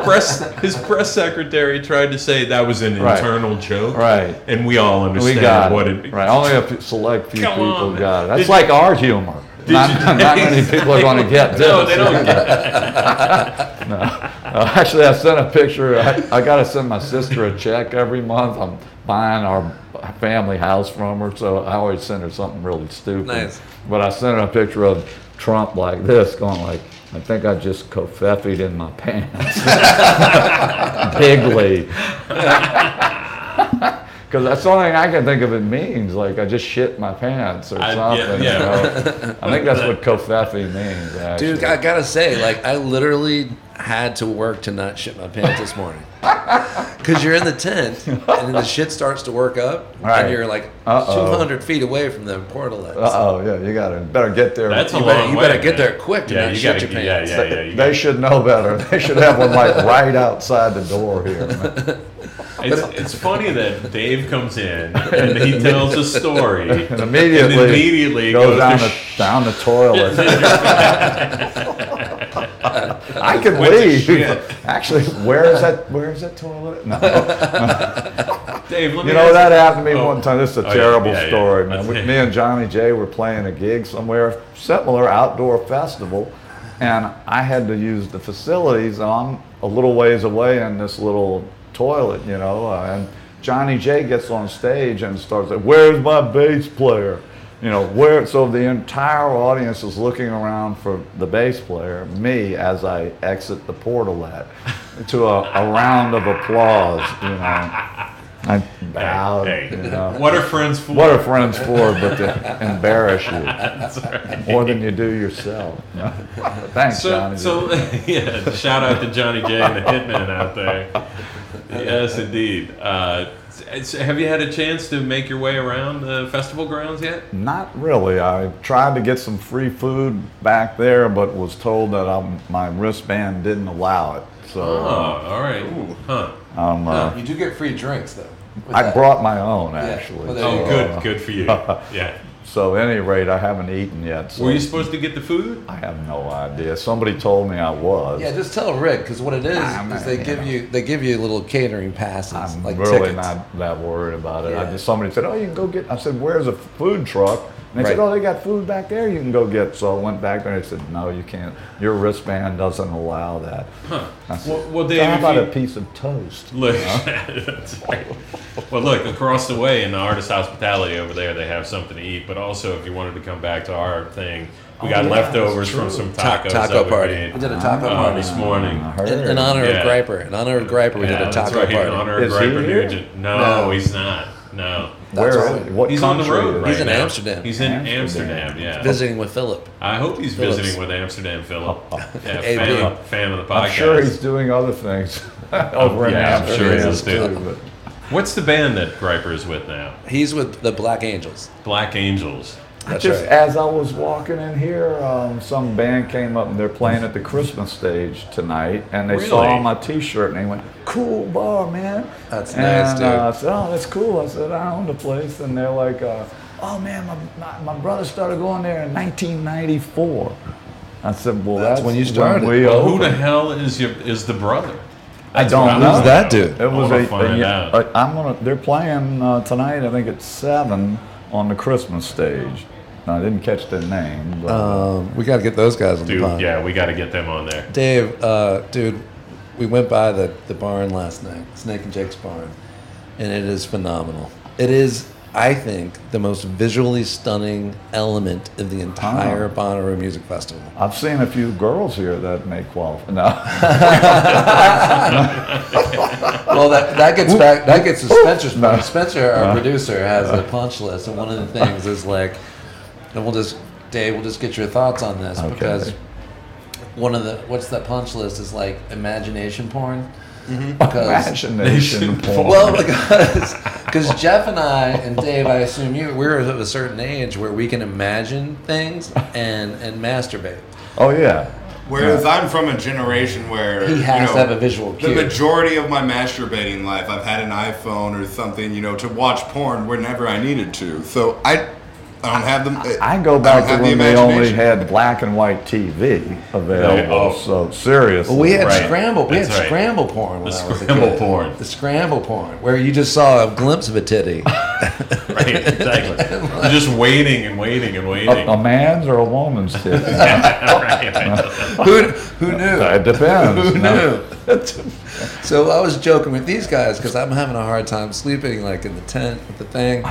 [SPEAKER 1] press his press secretary tried to say that was an
[SPEAKER 4] Right.
[SPEAKER 1] internal joke,
[SPEAKER 4] Right.
[SPEAKER 1] And we all
[SPEAKER 4] We
[SPEAKER 1] understand
[SPEAKER 4] got
[SPEAKER 1] what
[SPEAKER 4] it.
[SPEAKER 1] it.
[SPEAKER 4] right. Only a few- select few
[SPEAKER 1] Come
[SPEAKER 4] people
[SPEAKER 1] on.
[SPEAKER 4] got it. That's
[SPEAKER 1] Did-
[SPEAKER 4] like our humor.
[SPEAKER 1] Did
[SPEAKER 4] Not,
[SPEAKER 1] you-
[SPEAKER 4] not many people are going to get this.
[SPEAKER 1] No, they don't get it.
[SPEAKER 4] Uh, actually, I sent a picture. I, I got to send my sister a check every month. I'm buying our family house from her, so I always send her something really stupid.
[SPEAKER 2] Nice.
[SPEAKER 4] But I sent her a picture of Trump like this, going like, "I think I just kofefied in my pants, bigly." Because that's the only thing I can think of it means. Like I just shit my pants or
[SPEAKER 1] I- yeah,
[SPEAKER 4] something.
[SPEAKER 1] yeah.
[SPEAKER 4] you know? I think that's what kofefi means. Actually.
[SPEAKER 2] Dude, I gotta say, like, I literally had to work to not shit my pants this morning. Cause you're in the tent, and then the shit starts to work up,
[SPEAKER 4] Right.
[SPEAKER 2] and you're like
[SPEAKER 4] Uh-oh.
[SPEAKER 2] 200 feet away from the portal. Ends.
[SPEAKER 4] Uh-oh, yeah, you gotta better get there.
[SPEAKER 1] That's a
[SPEAKER 2] You
[SPEAKER 1] long
[SPEAKER 2] better, you
[SPEAKER 1] way,
[SPEAKER 2] better
[SPEAKER 1] man.
[SPEAKER 2] get there quick to
[SPEAKER 1] Yeah,
[SPEAKER 2] not
[SPEAKER 1] you
[SPEAKER 2] shit
[SPEAKER 1] gotta-
[SPEAKER 2] your
[SPEAKER 1] yeah,
[SPEAKER 2] pants.
[SPEAKER 1] yeah, yeah. You
[SPEAKER 4] They should know better. They should have one like right outside the door here. man.
[SPEAKER 1] It's, it's funny that Dave comes in and he tells a story and
[SPEAKER 4] And immediately,
[SPEAKER 1] immediately
[SPEAKER 4] goes, down
[SPEAKER 1] to
[SPEAKER 4] the
[SPEAKER 1] sh-
[SPEAKER 4] down the toilet. I could
[SPEAKER 1] Went to
[SPEAKER 4] leave.
[SPEAKER 1] shit.
[SPEAKER 4] Actually, where is that? Where is that toilet? No.
[SPEAKER 1] Dave, let me
[SPEAKER 4] You know
[SPEAKER 1] ask
[SPEAKER 4] that happened to me
[SPEAKER 1] Oh.
[SPEAKER 4] one time. This is a
[SPEAKER 1] Oh, yeah,
[SPEAKER 4] terrible
[SPEAKER 1] yeah, yeah.
[SPEAKER 4] story, man.
[SPEAKER 1] That's
[SPEAKER 4] We-
[SPEAKER 1] it.
[SPEAKER 4] Me and Johnny J were playing a gig somewhere, similar outdoor festival, and I had to use the facilities. And I'm a little ways away in this little toilet, you know. uh, And Johnny J gets on stage and starts like, "Where's my bass player?" You know, where? So the entire audience is looking around for the bass player, me, as I exit the portal at, to a, a round of applause. You know. I bowed.
[SPEAKER 1] Hey,
[SPEAKER 4] You know.
[SPEAKER 1] What are friends for?
[SPEAKER 4] What are friends for but to embarrass you
[SPEAKER 1] That's right.
[SPEAKER 4] more than you do yourself? Thanks,
[SPEAKER 1] So,
[SPEAKER 4] Johnny.
[SPEAKER 1] so yeah, shout out to Johnny J and the Hitman out there. Yes, indeed. Uh, s- have you had a chance to make your way around the festival grounds yet?
[SPEAKER 4] Not really. I tried to get some free food back there, but was told that i my wristband didn't allow it. So
[SPEAKER 1] Oh, all right. Huh.
[SPEAKER 4] um, uh,
[SPEAKER 2] You do get free drinks though. with
[SPEAKER 4] I
[SPEAKER 2] that.
[SPEAKER 4] brought my own, actually.
[SPEAKER 2] Well,
[SPEAKER 4] uh,
[SPEAKER 2] there you
[SPEAKER 1] Oh,
[SPEAKER 2] go.
[SPEAKER 1] good. Good for you. Yeah.
[SPEAKER 4] So, at any rate, I haven't eaten yet. So
[SPEAKER 1] Were you supposed to get the food?
[SPEAKER 4] I have no idea. Somebody told me I was.
[SPEAKER 2] Yeah, just tell Rick because what it is
[SPEAKER 4] Ah, man,
[SPEAKER 2] is they
[SPEAKER 4] you
[SPEAKER 2] give
[SPEAKER 4] know.
[SPEAKER 2] you they give you little catering passes
[SPEAKER 4] I'm
[SPEAKER 2] like
[SPEAKER 4] really
[SPEAKER 2] tickets.
[SPEAKER 4] not that worried about it.
[SPEAKER 2] Yeah.
[SPEAKER 4] I just somebody said, "Oh, you can go get." I said, "Where's a food truck?" And they said,
[SPEAKER 2] Right.
[SPEAKER 4] "Oh, they got food back there. You can go get." So I went back there and they said, "No, you can't. Your wristband doesn't allow that." I said,
[SPEAKER 1] Well, well,
[SPEAKER 4] "So
[SPEAKER 1] Dave,
[SPEAKER 4] how
[SPEAKER 1] if
[SPEAKER 4] about
[SPEAKER 1] you-
[SPEAKER 4] a piece of toast?
[SPEAKER 1] Look, that's right. well, look across the way in the artist hospitality over there, they have something to eat. But also, if you wanted to come back to our thing, we
[SPEAKER 2] Oh,
[SPEAKER 1] got
[SPEAKER 4] yeah,
[SPEAKER 1] leftovers
[SPEAKER 4] that's
[SPEAKER 1] from some
[SPEAKER 2] Ta-
[SPEAKER 1] tacos
[SPEAKER 2] taco
[SPEAKER 1] that
[SPEAKER 2] party.
[SPEAKER 1] we
[SPEAKER 2] We
[SPEAKER 1] made
[SPEAKER 2] did a taco
[SPEAKER 1] uh,
[SPEAKER 2] party
[SPEAKER 1] this morning.
[SPEAKER 4] I
[SPEAKER 2] in,
[SPEAKER 4] heard.
[SPEAKER 2] in honor
[SPEAKER 1] Yeah.
[SPEAKER 2] of Griper. In honor of Griper, we did
[SPEAKER 1] Yeah,
[SPEAKER 2] a
[SPEAKER 1] that's
[SPEAKER 2] taco
[SPEAKER 1] right,
[SPEAKER 2] party.
[SPEAKER 1] In honor of
[SPEAKER 4] Is he
[SPEAKER 1] Griper
[SPEAKER 4] here?
[SPEAKER 1] Nugent. No,
[SPEAKER 2] No.
[SPEAKER 1] he's not. No.
[SPEAKER 2] That's
[SPEAKER 4] Where?
[SPEAKER 2] right.
[SPEAKER 4] What
[SPEAKER 1] He's on
[SPEAKER 4] country?
[SPEAKER 1] the road right
[SPEAKER 2] He's in
[SPEAKER 1] now.
[SPEAKER 2] Amsterdam.
[SPEAKER 1] He's in
[SPEAKER 4] Amsterdam.
[SPEAKER 1] Amsterdam, yeah.
[SPEAKER 2] Visiting with Philip.
[SPEAKER 1] I hope he's
[SPEAKER 2] Phillips.
[SPEAKER 1] visiting with Amsterdam, Philip. Yeah,
[SPEAKER 2] AB.
[SPEAKER 1] fan, fan of the podcast.
[SPEAKER 4] I'm sure he's doing other things over in
[SPEAKER 1] Oh, Yeah, I'm sure he
[SPEAKER 4] Amsterdam
[SPEAKER 1] is, too.
[SPEAKER 4] but-
[SPEAKER 1] What's the band that Griper is with now?
[SPEAKER 2] He's with the Black Angels.
[SPEAKER 1] Black Angels.
[SPEAKER 2] That's
[SPEAKER 4] Just
[SPEAKER 2] right.
[SPEAKER 4] as I was walking in here, um, some band came up and they're playing at the Christmas stage tonight, and they saw
[SPEAKER 1] Really?
[SPEAKER 4] my T-shirt and they went, "Cool bar, man."
[SPEAKER 2] That's
[SPEAKER 4] and,
[SPEAKER 2] nice, dude.
[SPEAKER 4] Uh, I said, "Oh, that's cool." I said, "I own the place," and they're like, uh, "Oh man, my, my my brother started going there in 1994." I said, "Well, that's,
[SPEAKER 2] when you started.
[SPEAKER 4] we
[SPEAKER 1] Well, who the
[SPEAKER 4] opened."
[SPEAKER 1] hell is your is the brother?
[SPEAKER 4] I don't
[SPEAKER 1] what I
[SPEAKER 4] know.
[SPEAKER 1] wanna
[SPEAKER 2] that
[SPEAKER 1] know.
[SPEAKER 2] dude?
[SPEAKER 4] It was
[SPEAKER 1] wanna
[SPEAKER 4] a,
[SPEAKER 1] find
[SPEAKER 4] a-
[SPEAKER 1] out.
[SPEAKER 4] a- I'm gonna. They're playing uh, tonight. I think at seven on the Christmas stage. I didn't catch their name. But,
[SPEAKER 2] Um, we got to get those guys on the
[SPEAKER 1] Dude,
[SPEAKER 2] pod.
[SPEAKER 1] yeah, we got to get them on there.
[SPEAKER 2] Dave, uh, dude, we went by the, the barn last night, Snake and Jake's barn, and it is phenomenal. It is, I think, the most visually stunning element of the entire Bonnaroo Music Festival.
[SPEAKER 4] I've seen a few girls here that may qualify. No,
[SPEAKER 2] Well, that, that gets back. That gets to Spencer's
[SPEAKER 4] No.
[SPEAKER 2] point. Spencer, our producer, has a punch list, and one of the things is like, and we'll just Dave, we'll just get your thoughts on this
[SPEAKER 4] Okay.
[SPEAKER 2] because one of the what's that punch list is like imagination porn. Because
[SPEAKER 4] imagination porn.
[SPEAKER 2] well, because because Jeff and I and Dave, I assume you, we're of a certain age where we can imagine things and and masturbate.
[SPEAKER 4] oh yeah.
[SPEAKER 5] Whereas I'm from a generation where
[SPEAKER 2] He has to have a visual cue.
[SPEAKER 5] The majority of my masturbating life, I've had an iPhone or something, you know, to watch porn whenever I needed to. So I, I don't have them.
[SPEAKER 4] I go back to when we
[SPEAKER 5] they
[SPEAKER 4] only had black and white TV available.
[SPEAKER 1] Oh.
[SPEAKER 4] So seriously,
[SPEAKER 2] Well, we had
[SPEAKER 1] Right.
[SPEAKER 2] scramble. We
[SPEAKER 1] That's
[SPEAKER 2] had
[SPEAKER 1] right.
[SPEAKER 2] scramble porn. When
[SPEAKER 1] The
[SPEAKER 2] I was a
[SPEAKER 1] scramble
[SPEAKER 2] kid.
[SPEAKER 1] porn.
[SPEAKER 2] The scramble porn, where you just saw a glimpse of a titty.
[SPEAKER 1] Right, exactly. You're just waiting and waiting and waiting.
[SPEAKER 4] a, a man's or a woman's titty.
[SPEAKER 1] Right, right.
[SPEAKER 2] who who knew?
[SPEAKER 4] it depends.
[SPEAKER 2] Who
[SPEAKER 4] No.
[SPEAKER 2] knew? so I was joking with these guys because I'm having a hard time sleeping, like in the tent with the thing.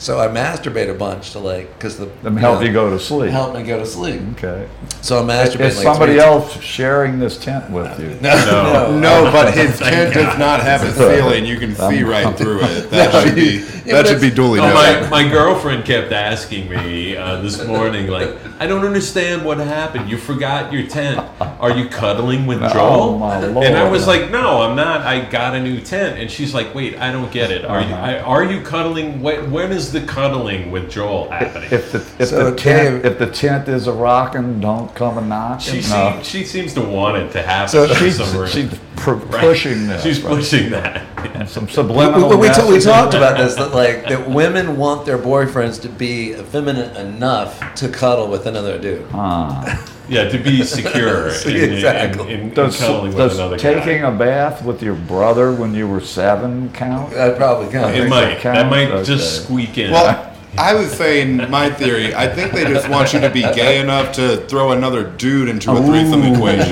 [SPEAKER 2] So I masturbate a bunch to like because the
[SPEAKER 4] Them help
[SPEAKER 2] know,
[SPEAKER 4] you go to sleep.
[SPEAKER 2] help me go to sleep.
[SPEAKER 4] Okay.
[SPEAKER 2] So I masturbate.
[SPEAKER 4] Is
[SPEAKER 2] like
[SPEAKER 4] somebody
[SPEAKER 2] three-
[SPEAKER 4] else sharing this tent with you?
[SPEAKER 2] No, no.
[SPEAKER 5] No, but his tent does not have a ceiling. You can see right through it. That should be
[SPEAKER 2] Yeah,
[SPEAKER 5] that
[SPEAKER 2] but
[SPEAKER 5] should be
[SPEAKER 2] it's-
[SPEAKER 5] duly
[SPEAKER 1] Oh,
[SPEAKER 5] noted.
[SPEAKER 1] my, my girlfriend kept asking me uh, this morning, like, I don't understand what happened. You forgot your tent. Are you cuddling with
[SPEAKER 4] Oh,
[SPEAKER 1] Joel?
[SPEAKER 4] my
[SPEAKER 1] And I
[SPEAKER 4] Lord.
[SPEAKER 1] was like, No, I'm not. I got a new tent. And she's like, Wait, I don't get it. Are you,
[SPEAKER 4] Uh-huh.
[SPEAKER 1] I, are you cuddling? When, when is the cuddling with Joel happening?
[SPEAKER 4] If the if
[SPEAKER 2] So,
[SPEAKER 4] the tent
[SPEAKER 2] Dave-
[SPEAKER 4] if the tent is a rocking, don't come a knocking.
[SPEAKER 1] she,
[SPEAKER 4] no.
[SPEAKER 1] seem, she seems to want it to happen.
[SPEAKER 4] So
[SPEAKER 1] for
[SPEAKER 4] she's
[SPEAKER 1] some reason.
[SPEAKER 4] she's pr-
[SPEAKER 1] Right.
[SPEAKER 4] pushing this.
[SPEAKER 1] She's
[SPEAKER 4] right?
[SPEAKER 1] pushing that.
[SPEAKER 4] some
[SPEAKER 2] We, we,
[SPEAKER 4] subliminal.
[SPEAKER 2] we, we
[SPEAKER 4] messages.
[SPEAKER 2] talked about this that like that women want their boyfriends to be effeminate enough to cuddle with another dude.
[SPEAKER 4] Ah.
[SPEAKER 1] Yeah, to be secure in, in-
[SPEAKER 2] Exactly.
[SPEAKER 1] in, in,
[SPEAKER 4] Does,
[SPEAKER 1] cuddling with
[SPEAKER 4] does
[SPEAKER 1] another
[SPEAKER 4] taking
[SPEAKER 1] guy.
[SPEAKER 4] a bath with your brother when you were seven count?
[SPEAKER 2] That probably counts.
[SPEAKER 1] It might. That
[SPEAKER 4] count?
[SPEAKER 1] might
[SPEAKER 4] Okay.
[SPEAKER 1] just squeak in.
[SPEAKER 5] Well, I was saying my theory. I think they just want you to be gay enough to throw another dude into a threesome equation.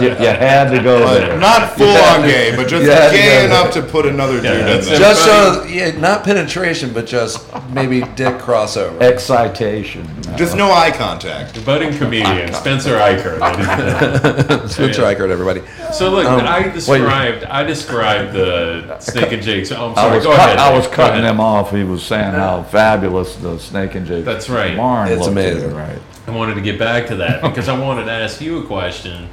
[SPEAKER 4] you, you had to go
[SPEAKER 5] But
[SPEAKER 4] there.
[SPEAKER 5] not full on gay, but just
[SPEAKER 2] Yeah,
[SPEAKER 5] gay
[SPEAKER 2] yeah.
[SPEAKER 5] enough to put another dude in
[SPEAKER 1] that's
[SPEAKER 5] there.
[SPEAKER 2] just so yeah, not penetration, but just maybe dick crossover.
[SPEAKER 4] Excitation.
[SPEAKER 5] Just no eye contact.
[SPEAKER 1] Budding comedian Spencer Eicher.
[SPEAKER 2] Spencer Eichert, everybody.
[SPEAKER 1] so look,
[SPEAKER 2] Um,
[SPEAKER 1] I described I described the Snake and Jake's. Oh, I'm sorry.
[SPEAKER 4] I was,
[SPEAKER 1] go
[SPEAKER 4] cut-
[SPEAKER 1] ahead.
[SPEAKER 4] I was
[SPEAKER 1] Go
[SPEAKER 4] cutting
[SPEAKER 1] ahead. Uh,
[SPEAKER 4] him off. He was saying how fabulous the Snake and Jake
[SPEAKER 1] That's right.
[SPEAKER 4] barn
[SPEAKER 2] It's
[SPEAKER 4] looked.
[SPEAKER 2] amazing.
[SPEAKER 4] Right.
[SPEAKER 1] I wanted to get back to that because I wanted to ask you a question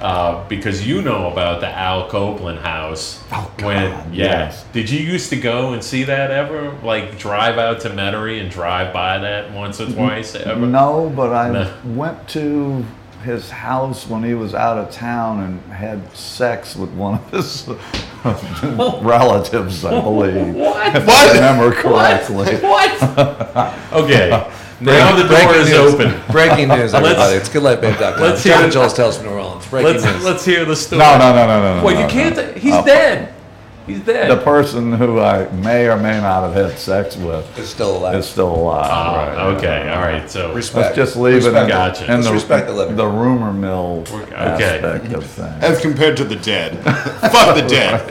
[SPEAKER 1] uh, because you know about the Al Copeland house. Oh God, when yeah,
[SPEAKER 4] yes.
[SPEAKER 1] did you used to go and see that ever? Like drive out to Metairie and drive by that once or twice ever?
[SPEAKER 4] No, but I
[SPEAKER 1] No.
[SPEAKER 4] went to his house when he was out of town and had sex with one of his relatives, I believe. If I remember correctly.
[SPEAKER 1] Okay, now the door is
[SPEAKER 2] news.
[SPEAKER 1] open.
[SPEAKER 2] Breaking news, everybody.
[SPEAKER 1] Let's-
[SPEAKER 2] it's goodlifebabe.com.
[SPEAKER 1] let's
[SPEAKER 2] Let's
[SPEAKER 1] hear
[SPEAKER 2] Kevin
[SPEAKER 1] it.
[SPEAKER 2] Jones tells from New Orleans. Breaking
[SPEAKER 1] Let's
[SPEAKER 2] news.
[SPEAKER 1] let's hear the story.
[SPEAKER 4] No, no, no, no, no. no,
[SPEAKER 1] Well,
[SPEAKER 4] no,
[SPEAKER 1] you
[SPEAKER 4] no. Oh.
[SPEAKER 1] can't. He's dead. He's dead.
[SPEAKER 4] The person who I may or may not have had sex with
[SPEAKER 2] it's still alive.
[SPEAKER 4] is still alive.
[SPEAKER 1] Oh,
[SPEAKER 4] right,
[SPEAKER 1] okay.
[SPEAKER 4] yeah.
[SPEAKER 1] All right. So
[SPEAKER 4] Let's
[SPEAKER 2] Respect.
[SPEAKER 4] just leave it in,
[SPEAKER 2] Respect.
[SPEAKER 1] Gotcha.
[SPEAKER 4] in
[SPEAKER 2] Let's
[SPEAKER 4] the,
[SPEAKER 2] respect the living.
[SPEAKER 4] the rumor mill
[SPEAKER 1] okay.
[SPEAKER 4] aspect of things.
[SPEAKER 5] As compared to the dead. Fuck the dead.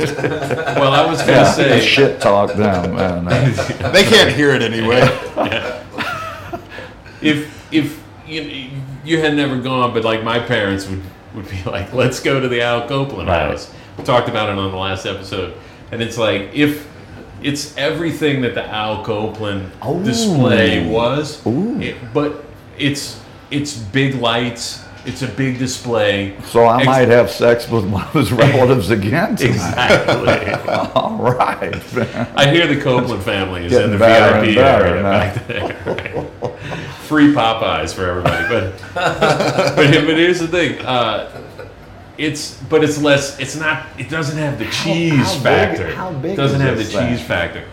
[SPEAKER 1] well, I was gonna
[SPEAKER 4] Yeah,
[SPEAKER 1] say.
[SPEAKER 4] shit talk them. And, uh,
[SPEAKER 5] They can't hear it anyway.
[SPEAKER 1] if if you, you had never gone, but like my parents would, would be like, let's go to the Al Copeland
[SPEAKER 4] Right.
[SPEAKER 1] house. We talked about it on the last episode, and it's like if it's everything that the Al Copeland display was, it- but it's it's big lights, it's a big display.
[SPEAKER 4] so I
[SPEAKER 1] Ex-
[SPEAKER 4] might have sex with one of his relatives again tonight.
[SPEAKER 1] Exactly.
[SPEAKER 4] All right.
[SPEAKER 1] I hear the Copeland family is in
[SPEAKER 4] Getting
[SPEAKER 1] the
[SPEAKER 4] better
[SPEAKER 1] VIP
[SPEAKER 4] and better,
[SPEAKER 1] area back there. Free Popeyes for everybody, but but, but here's the thing. Uh, it's but it's less. It's not. It doesn't have the cheese
[SPEAKER 4] how big-
[SPEAKER 1] factor.
[SPEAKER 4] how big
[SPEAKER 1] doesn't
[SPEAKER 4] is
[SPEAKER 1] have the
[SPEAKER 4] this thing?
[SPEAKER 1] cheese factor.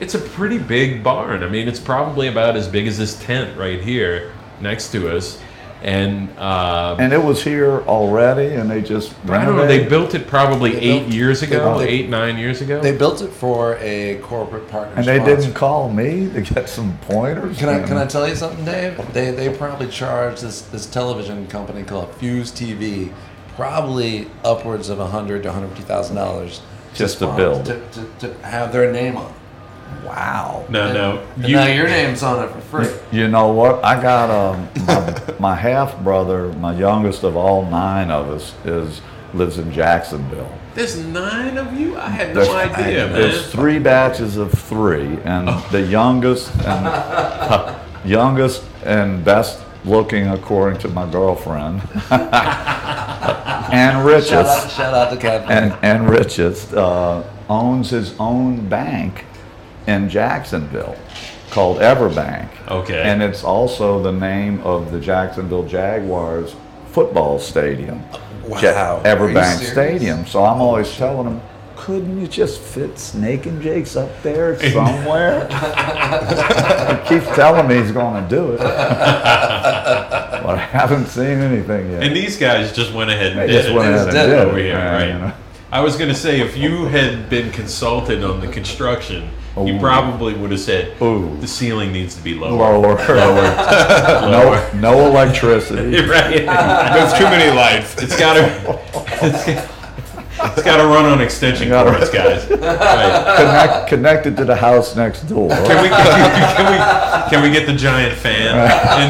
[SPEAKER 1] It's a pretty big barn. I mean, it's probably about as big as this tent right here next to us, and uh,
[SPEAKER 4] And it was here already, and they just
[SPEAKER 1] I don't know. They
[SPEAKER 4] renovated
[SPEAKER 1] built it probably eight
[SPEAKER 2] built-
[SPEAKER 1] years
[SPEAKER 2] they
[SPEAKER 1] ago,
[SPEAKER 2] built it-
[SPEAKER 1] eight nine years ago.
[SPEAKER 2] they built it for a corporate partner.
[SPEAKER 4] and they
[SPEAKER 2] sponsor.
[SPEAKER 4] didn't call me to get some pointers.
[SPEAKER 2] Can I,
[SPEAKER 4] and-
[SPEAKER 2] can I tell you something, Dave? They, they probably charge this, this television company called Fuse TV probably upwards of 100 to $150,000
[SPEAKER 4] just to
[SPEAKER 2] sponsor-
[SPEAKER 4] build.
[SPEAKER 2] to, to, to have their name on. it.
[SPEAKER 4] Wow.
[SPEAKER 1] No, no.
[SPEAKER 2] And now your name's on it for free.
[SPEAKER 4] You know what? I got um, my, my half brother, my youngest of all nine of us, is lives in Jacksonville.
[SPEAKER 1] There's nine of you? I had
[SPEAKER 4] There's-
[SPEAKER 1] no idea, man.
[SPEAKER 4] There's three batches of three, and the youngest and youngest and best looking, according to my girlfriend, and
[SPEAKER 2] Shout out,
[SPEAKER 4] richest
[SPEAKER 2] shout out to Captain.
[SPEAKER 4] and, and richest uh, owns his own bank in Jacksonville called Everbank.
[SPEAKER 1] Okay.
[SPEAKER 4] And it's also the name of the Jacksonville Jaguars football stadium.
[SPEAKER 2] Wow. Are
[SPEAKER 4] Ja-
[SPEAKER 2] you
[SPEAKER 4] Everbank
[SPEAKER 2] serious?
[SPEAKER 4] Stadium. So I'm always telling him, couldn't you just fit Snake and Jake's up there somewhere? he keeps telling me he's going to do it. but I haven't seen anything yet.
[SPEAKER 1] And these guys just went ahead and
[SPEAKER 4] I
[SPEAKER 1] did
[SPEAKER 4] just
[SPEAKER 1] it.
[SPEAKER 4] went
[SPEAKER 2] It's
[SPEAKER 4] ahead and
[SPEAKER 2] dead
[SPEAKER 4] did it,
[SPEAKER 1] over here,
[SPEAKER 4] man,
[SPEAKER 1] right?
[SPEAKER 4] you know.
[SPEAKER 1] I was going to say, if you had been consulted on the construction, you
[SPEAKER 4] Ooh.
[SPEAKER 1] probably would have said,
[SPEAKER 4] Ooh.
[SPEAKER 1] the ceiling needs to be lower.
[SPEAKER 4] Lower, lower. no, no electricity.
[SPEAKER 1] right?
[SPEAKER 5] There's too many lights.
[SPEAKER 1] It's got to. It's got to run on extension
[SPEAKER 4] Gotta-
[SPEAKER 1] cords, guys. Right.
[SPEAKER 4] Connect, connected to the house next door.
[SPEAKER 1] Can we, can, we, can we get the giant fan in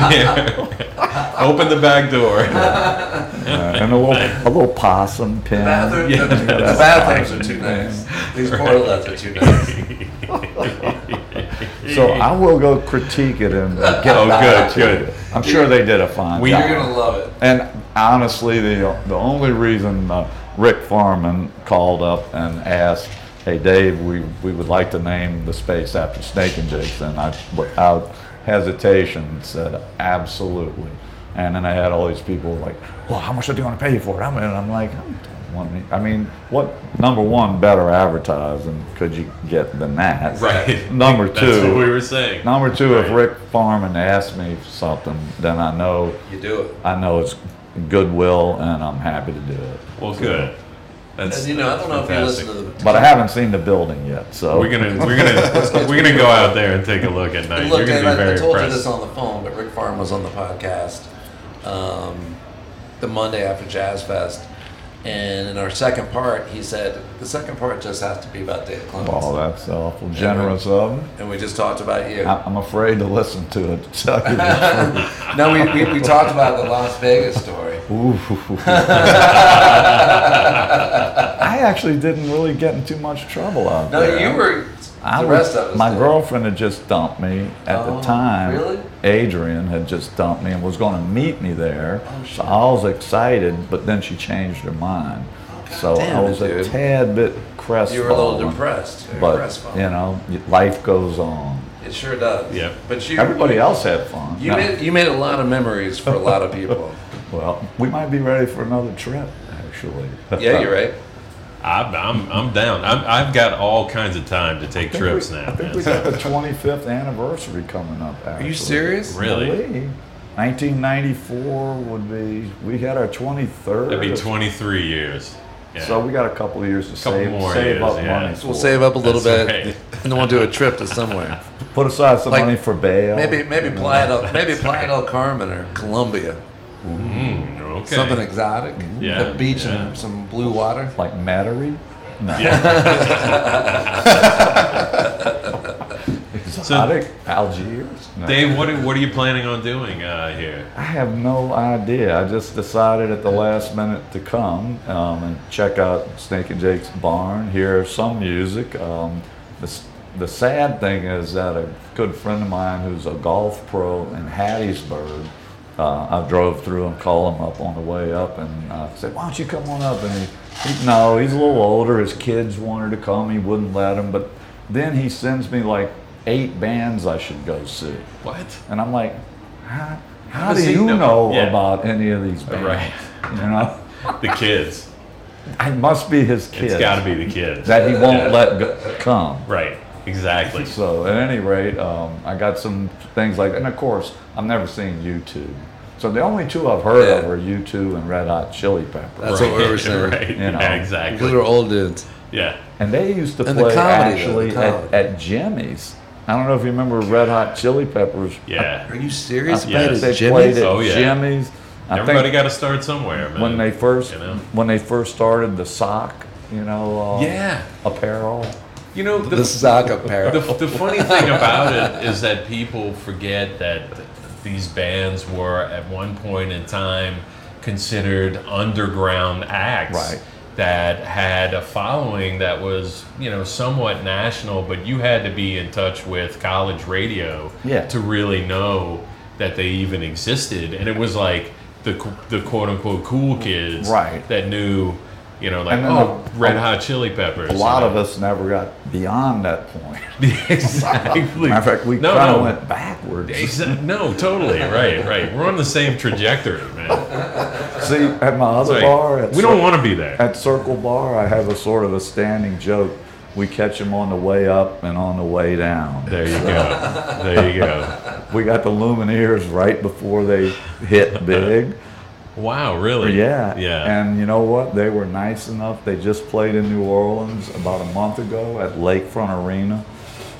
[SPEAKER 1] here? Open the back door.
[SPEAKER 4] And a little, a little possum pen.
[SPEAKER 2] Bathroom,
[SPEAKER 1] Yeah,
[SPEAKER 2] the, the
[SPEAKER 1] that's
[SPEAKER 2] bathrooms are too nice. These portalettes are too nice.
[SPEAKER 4] So I will go critique it and get
[SPEAKER 1] Oh,
[SPEAKER 4] back
[SPEAKER 1] good,
[SPEAKER 4] to
[SPEAKER 1] good.
[SPEAKER 4] you. I'm sure they did a fine
[SPEAKER 1] We-
[SPEAKER 4] job.
[SPEAKER 2] You're gonna love it.
[SPEAKER 4] And honestly, the, the only reason uh, Rick Farman called up and asked, hey, Dave, we, we would like to name the space after Snake and Jason, I, without hesitation, said, absolutely. And then I had all these people like, well, how much are they going to pay for it? I'm, and I'm like, I don't want any- I mean, what, number one, better advertising could you get than that?
[SPEAKER 1] Right.
[SPEAKER 4] Number two.
[SPEAKER 1] That's what we were saying.
[SPEAKER 4] Number two, if Rick Farman asked me something, then I know
[SPEAKER 2] You do it.
[SPEAKER 4] I know it's goodwill, and I'm happy to do it.
[SPEAKER 1] Well, good. That's
[SPEAKER 2] And you know, I don't know if you listen
[SPEAKER 1] fantastic.
[SPEAKER 2] to the.
[SPEAKER 4] But I haven't seen the building yet, so
[SPEAKER 1] We're gonna we're gonna we're gonna go out there and take a look at night. You're
[SPEAKER 2] Look,
[SPEAKER 1] gonna
[SPEAKER 2] and
[SPEAKER 1] be
[SPEAKER 2] I,
[SPEAKER 1] very
[SPEAKER 2] I told you this
[SPEAKER 1] impressed.
[SPEAKER 2] on the phone, but Rick Farm was on the podcast um, the Monday after Jazz Fest, and in our second part, he said the second part just has to be about Dave Clemens,
[SPEAKER 4] Oh, that's awful generous of him.
[SPEAKER 2] and we just talked about you.
[SPEAKER 4] I- I'm afraid to listen to it. to tell you the
[SPEAKER 2] No, we, we, we talked about the Las Vegas story.
[SPEAKER 4] truth. Ooh. I actually didn't really get in too much trouble out
[SPEAKER 2] No,
[SPEAKER 4] there.
[SPEAKER 2] you were
[SPEAKER 4] I
[SPEAKER 2] the
[SPEAKER 4] was-
[SPEAKER 2] rest of us.
[SPEAKER 4] my
[SPEAKER 2] did.
[SPEAKER 4] girlfriend had just dumped me at
[SPEAKER 2] Oh,
[SPEAKER 4] the time.
[SPEAKER 2] really?
[SPEAKER 4] Adrian had just dumped me and was going to meet me there.
[SPEAKER 2] Oh,
[SPEAKER 4] so I was excited, but then she changed her mind. So I
[SPEAKER 2] damn it,
[SPEAKER 4] was a
[SPEAKER 2] dude.
[SPEAKER 4] tad bit crestfallen.
[SPEAKER 2] You were a little depressed. or
[SPEAKER 4] But
[SPEAKER 2] crestfallen.
[SPEAKER 4] you know, y- life goes on.
[SPEAKER 2] it sure does.
[SPEAKER 1] Yeah.
[SPEAKER 2] But you
[SPEAKER 4] Everybody else had fun.
[SPEAKER 2] You
[SPEAKER 4] No,
[SPEAKER 2] made you made a lot of memories for a lot of people.
[SPEAKER 4] well, we might be ready for another trip, actually.
[SPEAKER 2] yeah, you're right.
[SPEAKER 1] I, I'm I'm down. I'm, I've got all kinds of time to take trips now.
[SPEAKER 4] I think
[SPEAKER 1] Man.
[SPEAKER 4] we got the 25th anniversary coming up. Actually.
[SPEAKER 2] Are you serious?
[SPEAKER 1] really,
[SPEAKER 4] Believe. 1994 would be, we had our 23rd.
[SPEAKER 1] that'd be 23 years. Yeah.
[SPEAKER 4] So we got a couple of years to
[SPEAKER 1] Couple
[SPEAKER 4] save,
[SPEAKER 1] more
[SPEAKER 4] save
[SPEAKER 1] years,
[SPEAKER 4] up
[SPEAKER 1] yeah.
[SPEAKER 4] money.
[SPEAKER 2] We'll
[SPEAKER 4] for
[SPEAKER 2] save up a little
[SPEAKER 1] That's
[SPEAKER 2] bit,
[SPEAKER 1] right.
[SPEAKER 2] and then we'll do a trip to somewhere.
[SPEAKER 4] it. Put aside some
[SPEAKER 2] Like,
[SPEAKER 4] money for bail.
[SPEAKER 1] Oh.
[SPEAKER 2] Maybe maybe Playa del, maybe Playa del Carmen or Colombia.
[SPEAKER 1] Mm, okay.
[SPEAKER 2] Something exotic.
[SPEAKER 1] Yeah,
[SPEAKER 2] The beach
[SPEAKER 1] yeah.
[SPEAKER 2] and some blue water.
[SPEAKER 4] Like Mattery? No.
[SPEAKER 1] Yeah.
[SPEAKER 4] Exotic? Algiers? No.
[SPEAKER 1] Dave, what are, what are you planning on doing uh, here?
[SPEAKER 4] I have no idea. I just decided at the last minute to come um, and check out Snake and Jake's barn, hear some music. Um, the, s- the sad thing is that a good friend of mine who's a golf pro in Hattiesburg, uh, I drove through and called him up on the way up and uh, said, Why don't you come on up? And he, he, no, he's a little older. His kids wanted to come, he wouldn't let him. But then he sends me like eight bands I should go see.
[SPEAKER 1] What?
[SPEAKER 4] And I'm like, how, how
[SPEAKER 1] does
[SPEAKER 4] do
[SPEAKER 1] he
[SPEAKER 4] you
[SPEAKER 1] know?
[SPEAKER 4] know,
[SPEAKER 1] Yeah.
[SPEAKER 4] about any of these bands?
[SPEAKER 1] Right.
[SPEAKER 4] You know,
[SPEAKER 1] The kids.
[SPEAKER 4] I must be his kid.
[SPEAKER 1] It's got to be the kids.
[SPEAKER 4] that he won't let go, come.
[SPEAKER 1] right. Exactly.
[SPEAKER 4] So at any rate, um, I got some things like, and of course, I've never seen U two. So the only two I've heard of
[SPEAKER 2] Yeah.
[SPEAKER 4] are U two and Red Hot Chili Peppers.
[SPEAKER 2] That's what we were saying.
[SPEAKER 1] Right.
[SPEAKER 4] You know.
[SPEAKER 1] Yeah,
[SPEAKER 2] These
[SPEAKER 1] exactly.
[SPEAKER 2] are old dudes.
[SPEAKER 1] Yeah.
[SPEAKER 4] And they used to
[SPEAKER 2] And the
[SPEAKER 4] play
[SPEAKER 2] comedy, though, the
[SPEAKER 4] actually at,
[SPEAKER 2] comedy.
[SPEAKER 4] at Jimmy's. I don't know if you remember Red Hot Chili Peppers.
[SPEAKER 1] Yeah.
[SPEAKER 2] Are you serious?
[SPEAKER 1] Yeah.
[SPEAKER 2] about it,
[SPEAKER 4] They
[SPEAKER 2] Jimmy?
[SPEAKER 4] played at
[SPEAKER 1] Oh, yeah.
[SPEAKER 4] Jimmy's. I think
[SPEAKER 1] Everybody got to start somewhere, man.
[SPEAKER 4] when they first
[SPEAKER 1] you know?
[SPEAKER 4] when they first started the sock you know, uh,
[SPEAKER 1] Yeah.
[SPEAKER 4] apparel.
[SPEAKER 1] You know, the,
[SPEAKER 2] The sock apparel.
[SPEAKER 1] The, the funny thing about it is that people forget that these bands were at one point in time considered underground acts
[SPEAKER 4] Right.
[SPEAKER 1] that had a following that was, you know, somewhat national, but you had to be in touch with college radio
[SPEAKER 4] Yeah.
[SPEAKER 1] to really know that they even existed. And it was like the qu- the quote unquote cool kids
[SPEAKER 4] Right.
[SPEAKER 1] that knew, you know, like
[SPEAKER 4] And then
[SPEAKER 1] oh,
[SPEAKER 4] a-
[SPEAKER 1] Red
[SPEAKER 4] a-
[SPEAKER 1] Hot Chili Peppers.
[SPEAKER 4] A lot
[SPEAKER 1] and
[SPEAKER 4] of us never got beyond that point.
[SPEAKER 1] exactly.
[SPEAKER 4] Matter of fact, we
[SPEAKER 1] no,
[SPEAKER 4] kind of
[SPEAKER 1] no.
[SPEAKER 4] went backwards.
[SPEAKER 1] Exa- no, totally. Right, right. We're on the same trajectory, man.
[SPEAKER 4] See, at my other
[SPEAKER 1] It's like,
[SPEAKER 4] bar, at
[SPEAKER 1] we
[SPEAKER 4] Cir-
[SPEAKER 1] don't want to be there.
[SPEAKER 4] At Circle Bar, I have a sort of a standing joke. We catch them on the way up and on the way down.
[SPEAKER 1] There you go. There you go.
[SPEAKER 4] We got the Lumineers right before they hit big.
[SPEAKER 1] Wow, really?
[SPEAKER 4] Yeah.
[SPEAKER 1] Yeah.
[SPEAKER 4] And you know what? They were nice enough. They just played in New Orleans about a month ago at Lakefront Arena,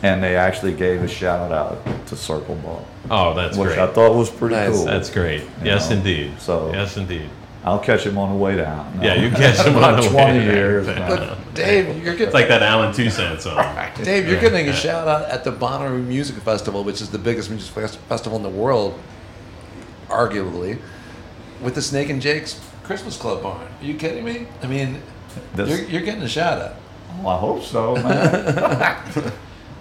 [SPEAKER 4] and they actually gave a shout out to Circle Bar,
[SPEAKER 1] oh, that's
[SPEAKER 4] which
[SPEAKER 1] great.
[SPEAKER 4] I thought was pretty
[SPEAKER 2] Nice.
[SPEAKER 4] cool.
[SPEAKER 1] that's great. Yes,
[SPEAKER 4] know,
[SPEAKER 1] indeed.
[SPEAKER 4] so-
[SPEAKER 1] yes, indeed.
[SPEAKER 4] I'll catch them on the way down.
[SPEAKER 1] Yeah, you catch them on
[SPEAKER 4] About
[SPEAKER 1] the way
[SPEAKER 4] 20
[SPEAKER 1] there.
[SPEAKER 4] years.
[SPEAKER 1] It's
[SPEAKER 4] man.
[SPEAKER 2] Dave, you're getting
[SPEAKER 1] like that Alan Toussaint song.
[SPEAKER 2] Dave, you're getting a shout out at the Bonnaroo Music Festival, which is the biggest music fest- festival in the world, arguably, with the Snake and Jake's Christmas Club barn. Are you kidding me? I mean,
[SPEAKER 4] This-
[SPEAKER 2] you're, you're getting a shout out.
[SPEAKER 4] Well, I hope so, man.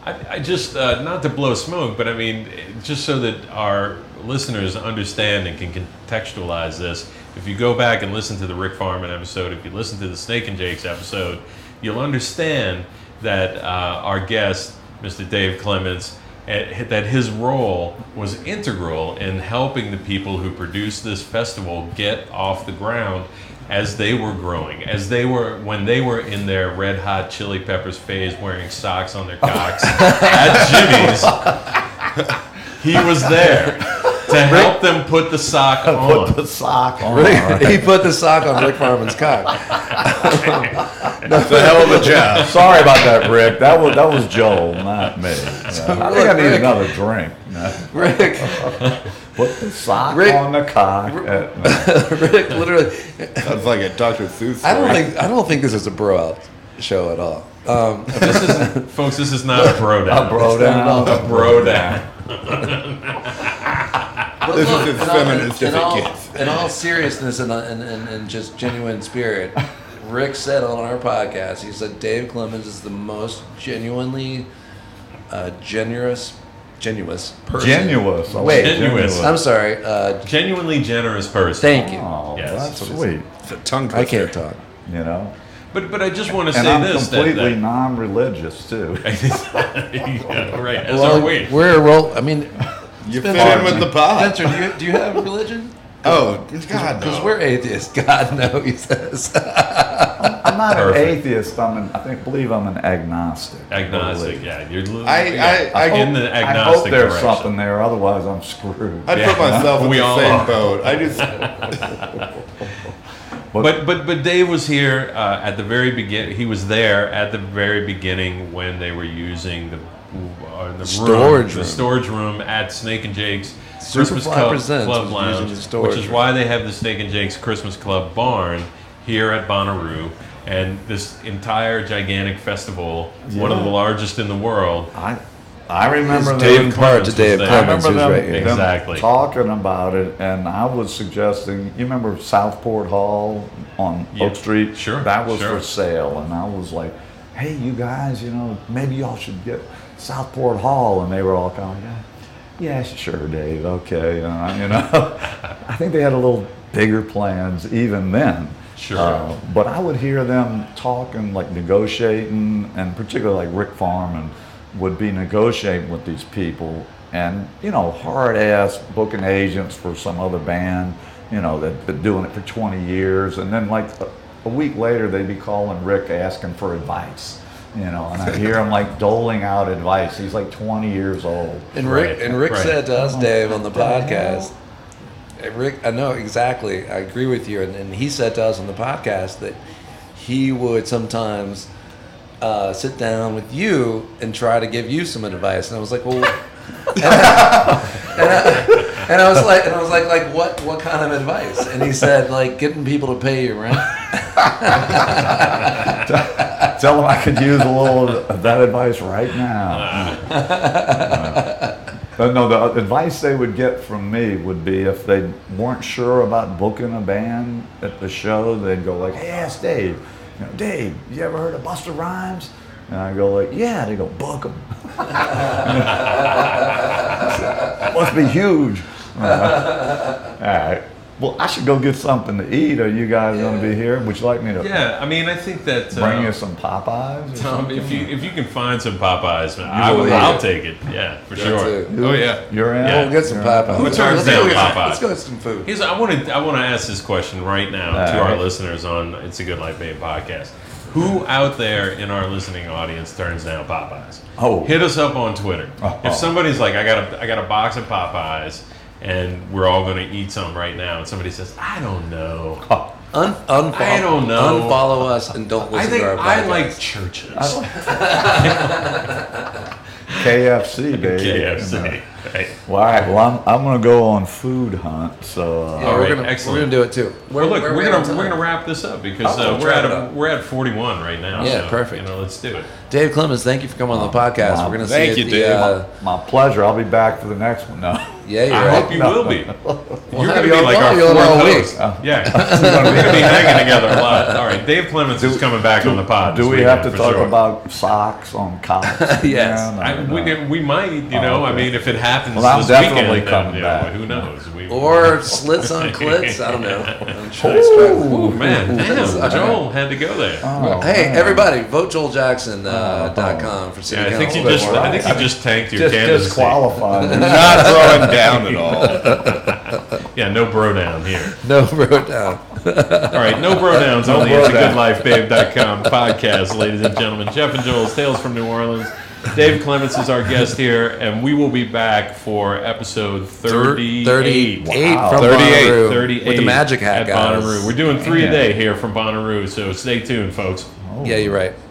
[SPEAKER 1] I, I just uh, not to blow smoke, but I mean, it- just so that our listeners understand and can contextualize this. If you go back and listen to the Rick Farman episode, if you listen to the Snake and Jake's episode, you'll understand that uh, our guest, Mr. Dave Clements, eh, that his role was integral in helping the people who produced this festival get off the ground as they were growing, as they were when they were in their red hot chili peppers phase wearing socks on their cocks at Jimmy's. He was there to help them put the sock on.
[SPEAKER 4] Put the sock on.
[SPEAKER 2] he put the sock on Rick Farman's cock.
[SPEAKER 5] It's a hell of a job.
[SPEAKER 4] Sorry about that, Rick. That was that was Joel, not me. Yeah. I think I need
[SPEAKER 2] Rick-
[SPEAKER 4] another drink. No.
[SPEAKER 2] Rick,
[SPEAKER 4] Put the sock
[SPEAKER 2] Rick-
[SPEAKER 4] on the cock. at- no.
[SPEAKER 2] Rick, literally.
[SPEAKER 5] That's like a Dr. Seuss.
[SPEAKER 2] I don't
[SPEAKER 5] story.
[SPEAKER 2] think I don't think this is a bro out show at all. Um,
[SPEAKER 1] This isn't, folks, this is not a bro down.
[SPEAKER 4] I bro down.
[SPEAKER 1] A bro down.
[SPEAKER 5] This is his feminist
[SPEAKER 2] in,
[SPEAKER 5] if it
[SPEAKER 2] all,
[SPEAKER 5] gets.
[SPEAKER 2] in all seriousness and, uh, and, and, and just genuine spirit, Rick said on our podcast, he said Dave Clemens is the most genuinely uh, generous, genuous person.
[SPEAKER 4] Genuous. I like
[SPEAKER 2] Wait.
[SPEAKER 1] Genuous.
[SPEAKER 2] I'm sorry. Uh,
[SPEAKER 1] Genuinely generous person.
[SPEAKER 2] thank you.
[SPEAKER 4] Oh,
[SPEAKER 1] Yes.
[SPEAKER 4] that's sweet.
[SPEAKER 5] The tongue
[SPEAKER 2] I can't talk.
[SPEAKER 4] You know,
[SPEAKER 1] But but I just want to
[SPEAKER 4] and
[SPEAKER 1] say
[SPEAKER 4] I'm
[SPEAKER 1] this. that-
[SPEAKER 4] completely
[SPEAKER 1] that-
[SPEAKER 4] non-religious too.
[SPEAKER 1] yeah, right. As
[SPEAKER 2] Well,
[SPEAKER 1] are we.
[SPEAKER 2] we're a roll. I mean,
[SPEAKER 5] You fit
[SPEAKER 2] been
[SPEAKER 5] in
[SPEAKER 2] hard.
[SPEAKER 5] with the pod.
[SPEAKER 2] Spencer, do you, do you have religion?
[SPEAKER 5] Oh, God,
[SPEAKER 2] Because
[SPEAKER 5] no.
[SPEAKER 2] we're atheists. God no, he says.
[SPEAKER 4] I'm not an
[SPEAKER 1] Perfect.
[SPEAKER 4] atheist. I'm an. I think believe I'm an agnostic. I
[SPEAKER 1] Agnostic.
[SPEAKER 4] believe.
[SPEAKER 1] Yeah, you're. li-
[SPEAKER 5] I-
[SPEAKER 1] yeah,
[SPEAKER 5] I- I hope-
[SPEAKER 1] in the
[SPEAKER 4] I
[SPEAKER 1] agnostic
[SPEAKER 4] hope there's
[SPEAKER 1] direction.
[SPEAKER 4] something there. Otherwise, I'm screwed.
[SPEAKER 5] I'd
[SPEAKER 1] Yeah.
[SPEAKER 5] put myself in
[SPEAKER 1] We
[SPEAKER 5] the
[SPEAKER 1] all
[SPEAKER 5] same
[SPEAKER 1] are.
[SPEAKER 5] boat. I just,
[SPEAKER 1] But but but Dave was here uh, at the very beginning. He was there at the very beginning when they were using the uh, the room,
[SPEAKER 2] Storage
[SPEAKER 1] the
[SPEAKER 2] room.
[SPEAKER 1] storage room at Snake and Jake's
[SPEAKER 2] Superfly
[SPEAKER 1] Christmas Club,
[SPEAKER 2] Presents
[SPEAKER 1] Club
[SPEAKER 2] was
[SPEAKER 1] Lounge,
[SPEAKER 2] using the storage
[SPEAKER 1] which is
[SPEAKER 2] room.
[SPEAKER 1] why they have the Snake and Jake's Christmas Club barn here at Bonnaroo. And this entire gigantic festival, one of the largest in the world.
[SPEAKER 4] I, I remember them-
[SPEAKER 2] Dave Carr to
[SPEAKER 1] Clemens
[SPEAKER 2] Dave
[SPEAKER 1] was there.
[SPEAKER 4] I
[SPEAKER 2] Clemens, who's
[SPEAKER 4] remember them,
[SPEAKER 2] right here.
[SPEAKER 4] them
[SPEAKER 1] Exactly.
[SPEAKER 4] talking about it, and I was suggesting. You remember Southport Hall on
[SPEAKER 1] Yeah,
[SPEAKER 4] Oak Street?
[SPEAKER 1] sure,
[SPEAKER 4] That was
[SPEAKER 1] sure.
[SPEAKER 4] for sale, and I was like, "Hey, you guys, you know, maybe y'all should get Southport Hall," and they were all kind of, "Yeah, yeah, sure, Dave, okay," uh, you know. I think they had a little bigger plans even then.
[SPEAKER 1] Sure.
[SPEAKER 4] Uh, but I would hear them talking, like negotiating, and particularly like Rick Farman would be negotiating with these people, and you know, hard ass booking agents for some other band, you know, that been doing it for 20 years, and then like a, a week later they'd be calling Rick asking for advice, you know, and I hear him like doling out advice. He's like 20 years old.
[SPEAKER 2] And Rick
[SPEAKER 1] Right,
[SPEAKER 2] and Rick
[SPEAKER 1] right.
[SPEAKER 2] said to us, Dave, on the
[SPEAKER 4] the hell?
[SPEAKER 2] podcast. "Hey, Rick, I know exactly. I agree with you. And, and he said to us on the podcast that he would sometimes uh, sit down with you and try to give you some advice. And I was like, well. and, I, and I was like, and I was like, like what, what kind of advice? And he said, like getting people to pay you rent.
[SPEAKER 4] Tell them I could use a little of that advice right now. But no, the advice they would get from me would be if they weren't sure about booking a band at the show, they'd go like, "Hey, ask Dave. You know, Dave, you ever heard of Buster Rhymes?" And I go like, "Yeah." They go, "Book him." Must be huge. Uh, All right. Well, I should go get something to eat. Are you guys going to be here? Would you like me to
[SPEAKER 1] Yeah, I mean, I think that.
[SPEAKER 4] bring
[SPEAKER 1] uh,
[SPEAKER 4] you some Popeyes?
[SPEAKER 1] Tom,
[SPEAKER 4] Or something?
[SPEAKER 1] if you if you can find some Popeyes, man, I will,
[SPEAKER 3] will eat
[SPEAKER 1] I'll
[SPEAKER 3] it.
[SPEAKER 1] take it. Yeah, for
[SPEAKER 3] That's
[SPEAKER 1] sure.
[SPEAKER 3] it.
[SPEAKER 1] Oh yeah.
[SPEAKER 4] You're in.
[SPEAKER 1] Yeah.
[SPEAKER 2] We'll get some Popeyes.
[SPEAKER 1] Who turns
[SPEAKER 2] Let's go
[SPEAKER 1] down
[SPEAKER 2] get some-
[SPEAKER 1] Popeyes?
[SPEAKER 2] Let's go get some food.
[SPEAKER 1] Here's, I want to I want to ask this question right now to
[SPEAKER 4] All
[SPEAKER 1] our
[SPEAKER 4] right.
[SPEAKER 1] listeners on It's a Good Life Babe podcast. Who out there in our listening audience turns down Popeyes?
[SPEAKER 4] Oh.
[SPEAKER 1] hit us up on Twitter.
[SPEAKER 4] Oh.
[SPEAKER 1] If somebody's like, I got a I got a box of Popeyes, and we're all going to eat some right now, and somebody says, I don't know.
[SPEAKER 2] Un- unfollow,
[SPEAKER 1] I don't know.
[SPEAKER 2] Unfollow us and don't
[SPEAKER 1] I
[SPEAKER 2] listen
[SPEAKER 1] think
[SPEAKER 2] to our podcast.
[SPEAKER 1] I like churches.
[SPEAKER 4] KFC, baby.
[SPEAKER 1] KFC. Right.
[SPEAKER 4] Well, all right. Well, I'm, I'm going to go on food hunt. So, uh,
[SPEAKER 2] Yeah,
[SPEAKER 1] All
[SPEAKER 2] we're
[SPEAKER 1] right,
[SPEAKER 2] gonna,
[SPEAKER 1] excellent.
[SPEAKER 2] We're gonna do it too.
[SPEAKER 1] Well, look, we're
[SPEAKER 2] we on
[SPEAKER 1] gonna
[SPEAKER 2] time?
[SPEAKER 1] we're gonna wrap this up because
[SPEAKER 2] Oh,
[SPEAKER 1] uh, we're at
[SPEAKER 2] wrap it
[SPEAKER 1] a,
[SPEAKER 2] up.
[SPEAKER 1] we're at 41 right now.
[SPEAKER 2] Yeah,
[SPEAKER 1] so,
[SPEAKER 2] perfect.
[SPEAKER 1] You know, let's do it.
[SPEAKER 2] Dave Clemens, thank you for coming on the podcast.
[SPEAKER 4] wow.
[SPEAKER 2] We're gonna
[SPEAKER 5] Thank
[SPEAKER 2] see
[SPEAKER 5] you,
[SPEAKER 2] at
[SPEAKER 5] Dave.
[SPEAKER 2] The, uh,
[SPEAKER 4] my pleasure. I'll be back for the next one. No.
[SPEAKER 2] yeah, you're
[SPEAKER 1] I
[SPEAKER 2] right.
[SPEAKER 1] hope you will be. You're
[SPEAKER 2] have
[SPEAKER 1] gonna be
[SPEAKER 2] you on-
[SPEAKER 1] like
[SPEAKER 2] we'll
[SPEAKER 1] our
[SPEAKER 2] have you on
[SPEAKER 1] fourth
[SPEAKER 2] all week.
[SPEAKER 1] host. Yeah, we're gonna be hanging together a lot. All right, Dave Clements is coming back on the pod.
[SPEAKER 4] Do
[SPEAKER 1] this
[SPEAKER 4] we have to
[SPEAKER 1] weekend for
[SPEAKER 4] talk
[SPEAKER 1] sure.
[SPEAKER 4] about socks on cops?
[SPEAKER 2] Yes.
[SPEAKER 4] Yeah, no,
[SPEAKER 1] I, we,
[SPEAKER 4] no. Oh,
[SPEAKER 1] can- we might, you know. I
[SPEAKER 4] okay.
[SPEAKER 1] mean, if it happens
[SPEAKER 4] Well, I'm
[SPEAKER 1] this
[SPEAKER 4] definitely
[SPEAKER 1] weekend,
[SPEAKER 4] coming
[SPEAKER 1] then, you
[SPEAKER 4] back.
[SPEAKER 1] Know, who knows? We,
[SPEAKER 2] Or slits on clits. I don't know. I'm sure it's right.
[SPEAKER 4] Ooh.
[SPEAKER 1] Ooh, man, damn,
[SPEAKER 2] That's-
[SPEAKER 1] Joel had to go there.
[SPEAKER 4] Oh,
[SPEAKER 2] Hey,
[SPEAKER 4] man.
[SPEAKER 2] everybody, vote JoelJackson.com uh, dot com for city
[SPEAKER 1] Oh. yeah, I
[SPEAKER 2] council.
[SPEAKER 1] think you just I think
[SPEAKER 4] I
[SPEAKER 1] you just tanked your
[SPEAKER 4] Just
[SPEAKER 1] candidacy.
[SPEAKER 4] disqualified.
[SPEAKER 5] Not throwing down at all.
[SPEAKER 1] Yeah, no bro down here.
[SPEAKER 2] no wrote down.
[SPEAKER 1] All right, no pronouns, only
[SPEAKER 4] bro
[SPEAKER 1] it's a
[SPEAKER 4] down.
[SPEAKER 1] goodlifebabe.com podcast, ladies and gentlemen. Jeff and Joel's Tales from New Orleans. Dave Clements is our guest here, and we will be back for episode 38.
[SPEAKER 2] 38
[SPEAKER 4] Wow.
[SPEAKER 2] from
[SPEAKER 5] 38,
[SPEAKER 2] Bonnaroo
[SPEAKER 1] 38
[SPEAKER 2] with the magic hat
[SPEAKER 1] at
[SPEAKER 2] guys.
[SPEAKER 1] Bonnaroo. We're doing three a
[SPEAKER 4] Yeah.
[SPEAKER 1] day here from Bonnaroo, so stay tuned, folks.
[SPEAKER 2] Yeah, you're right.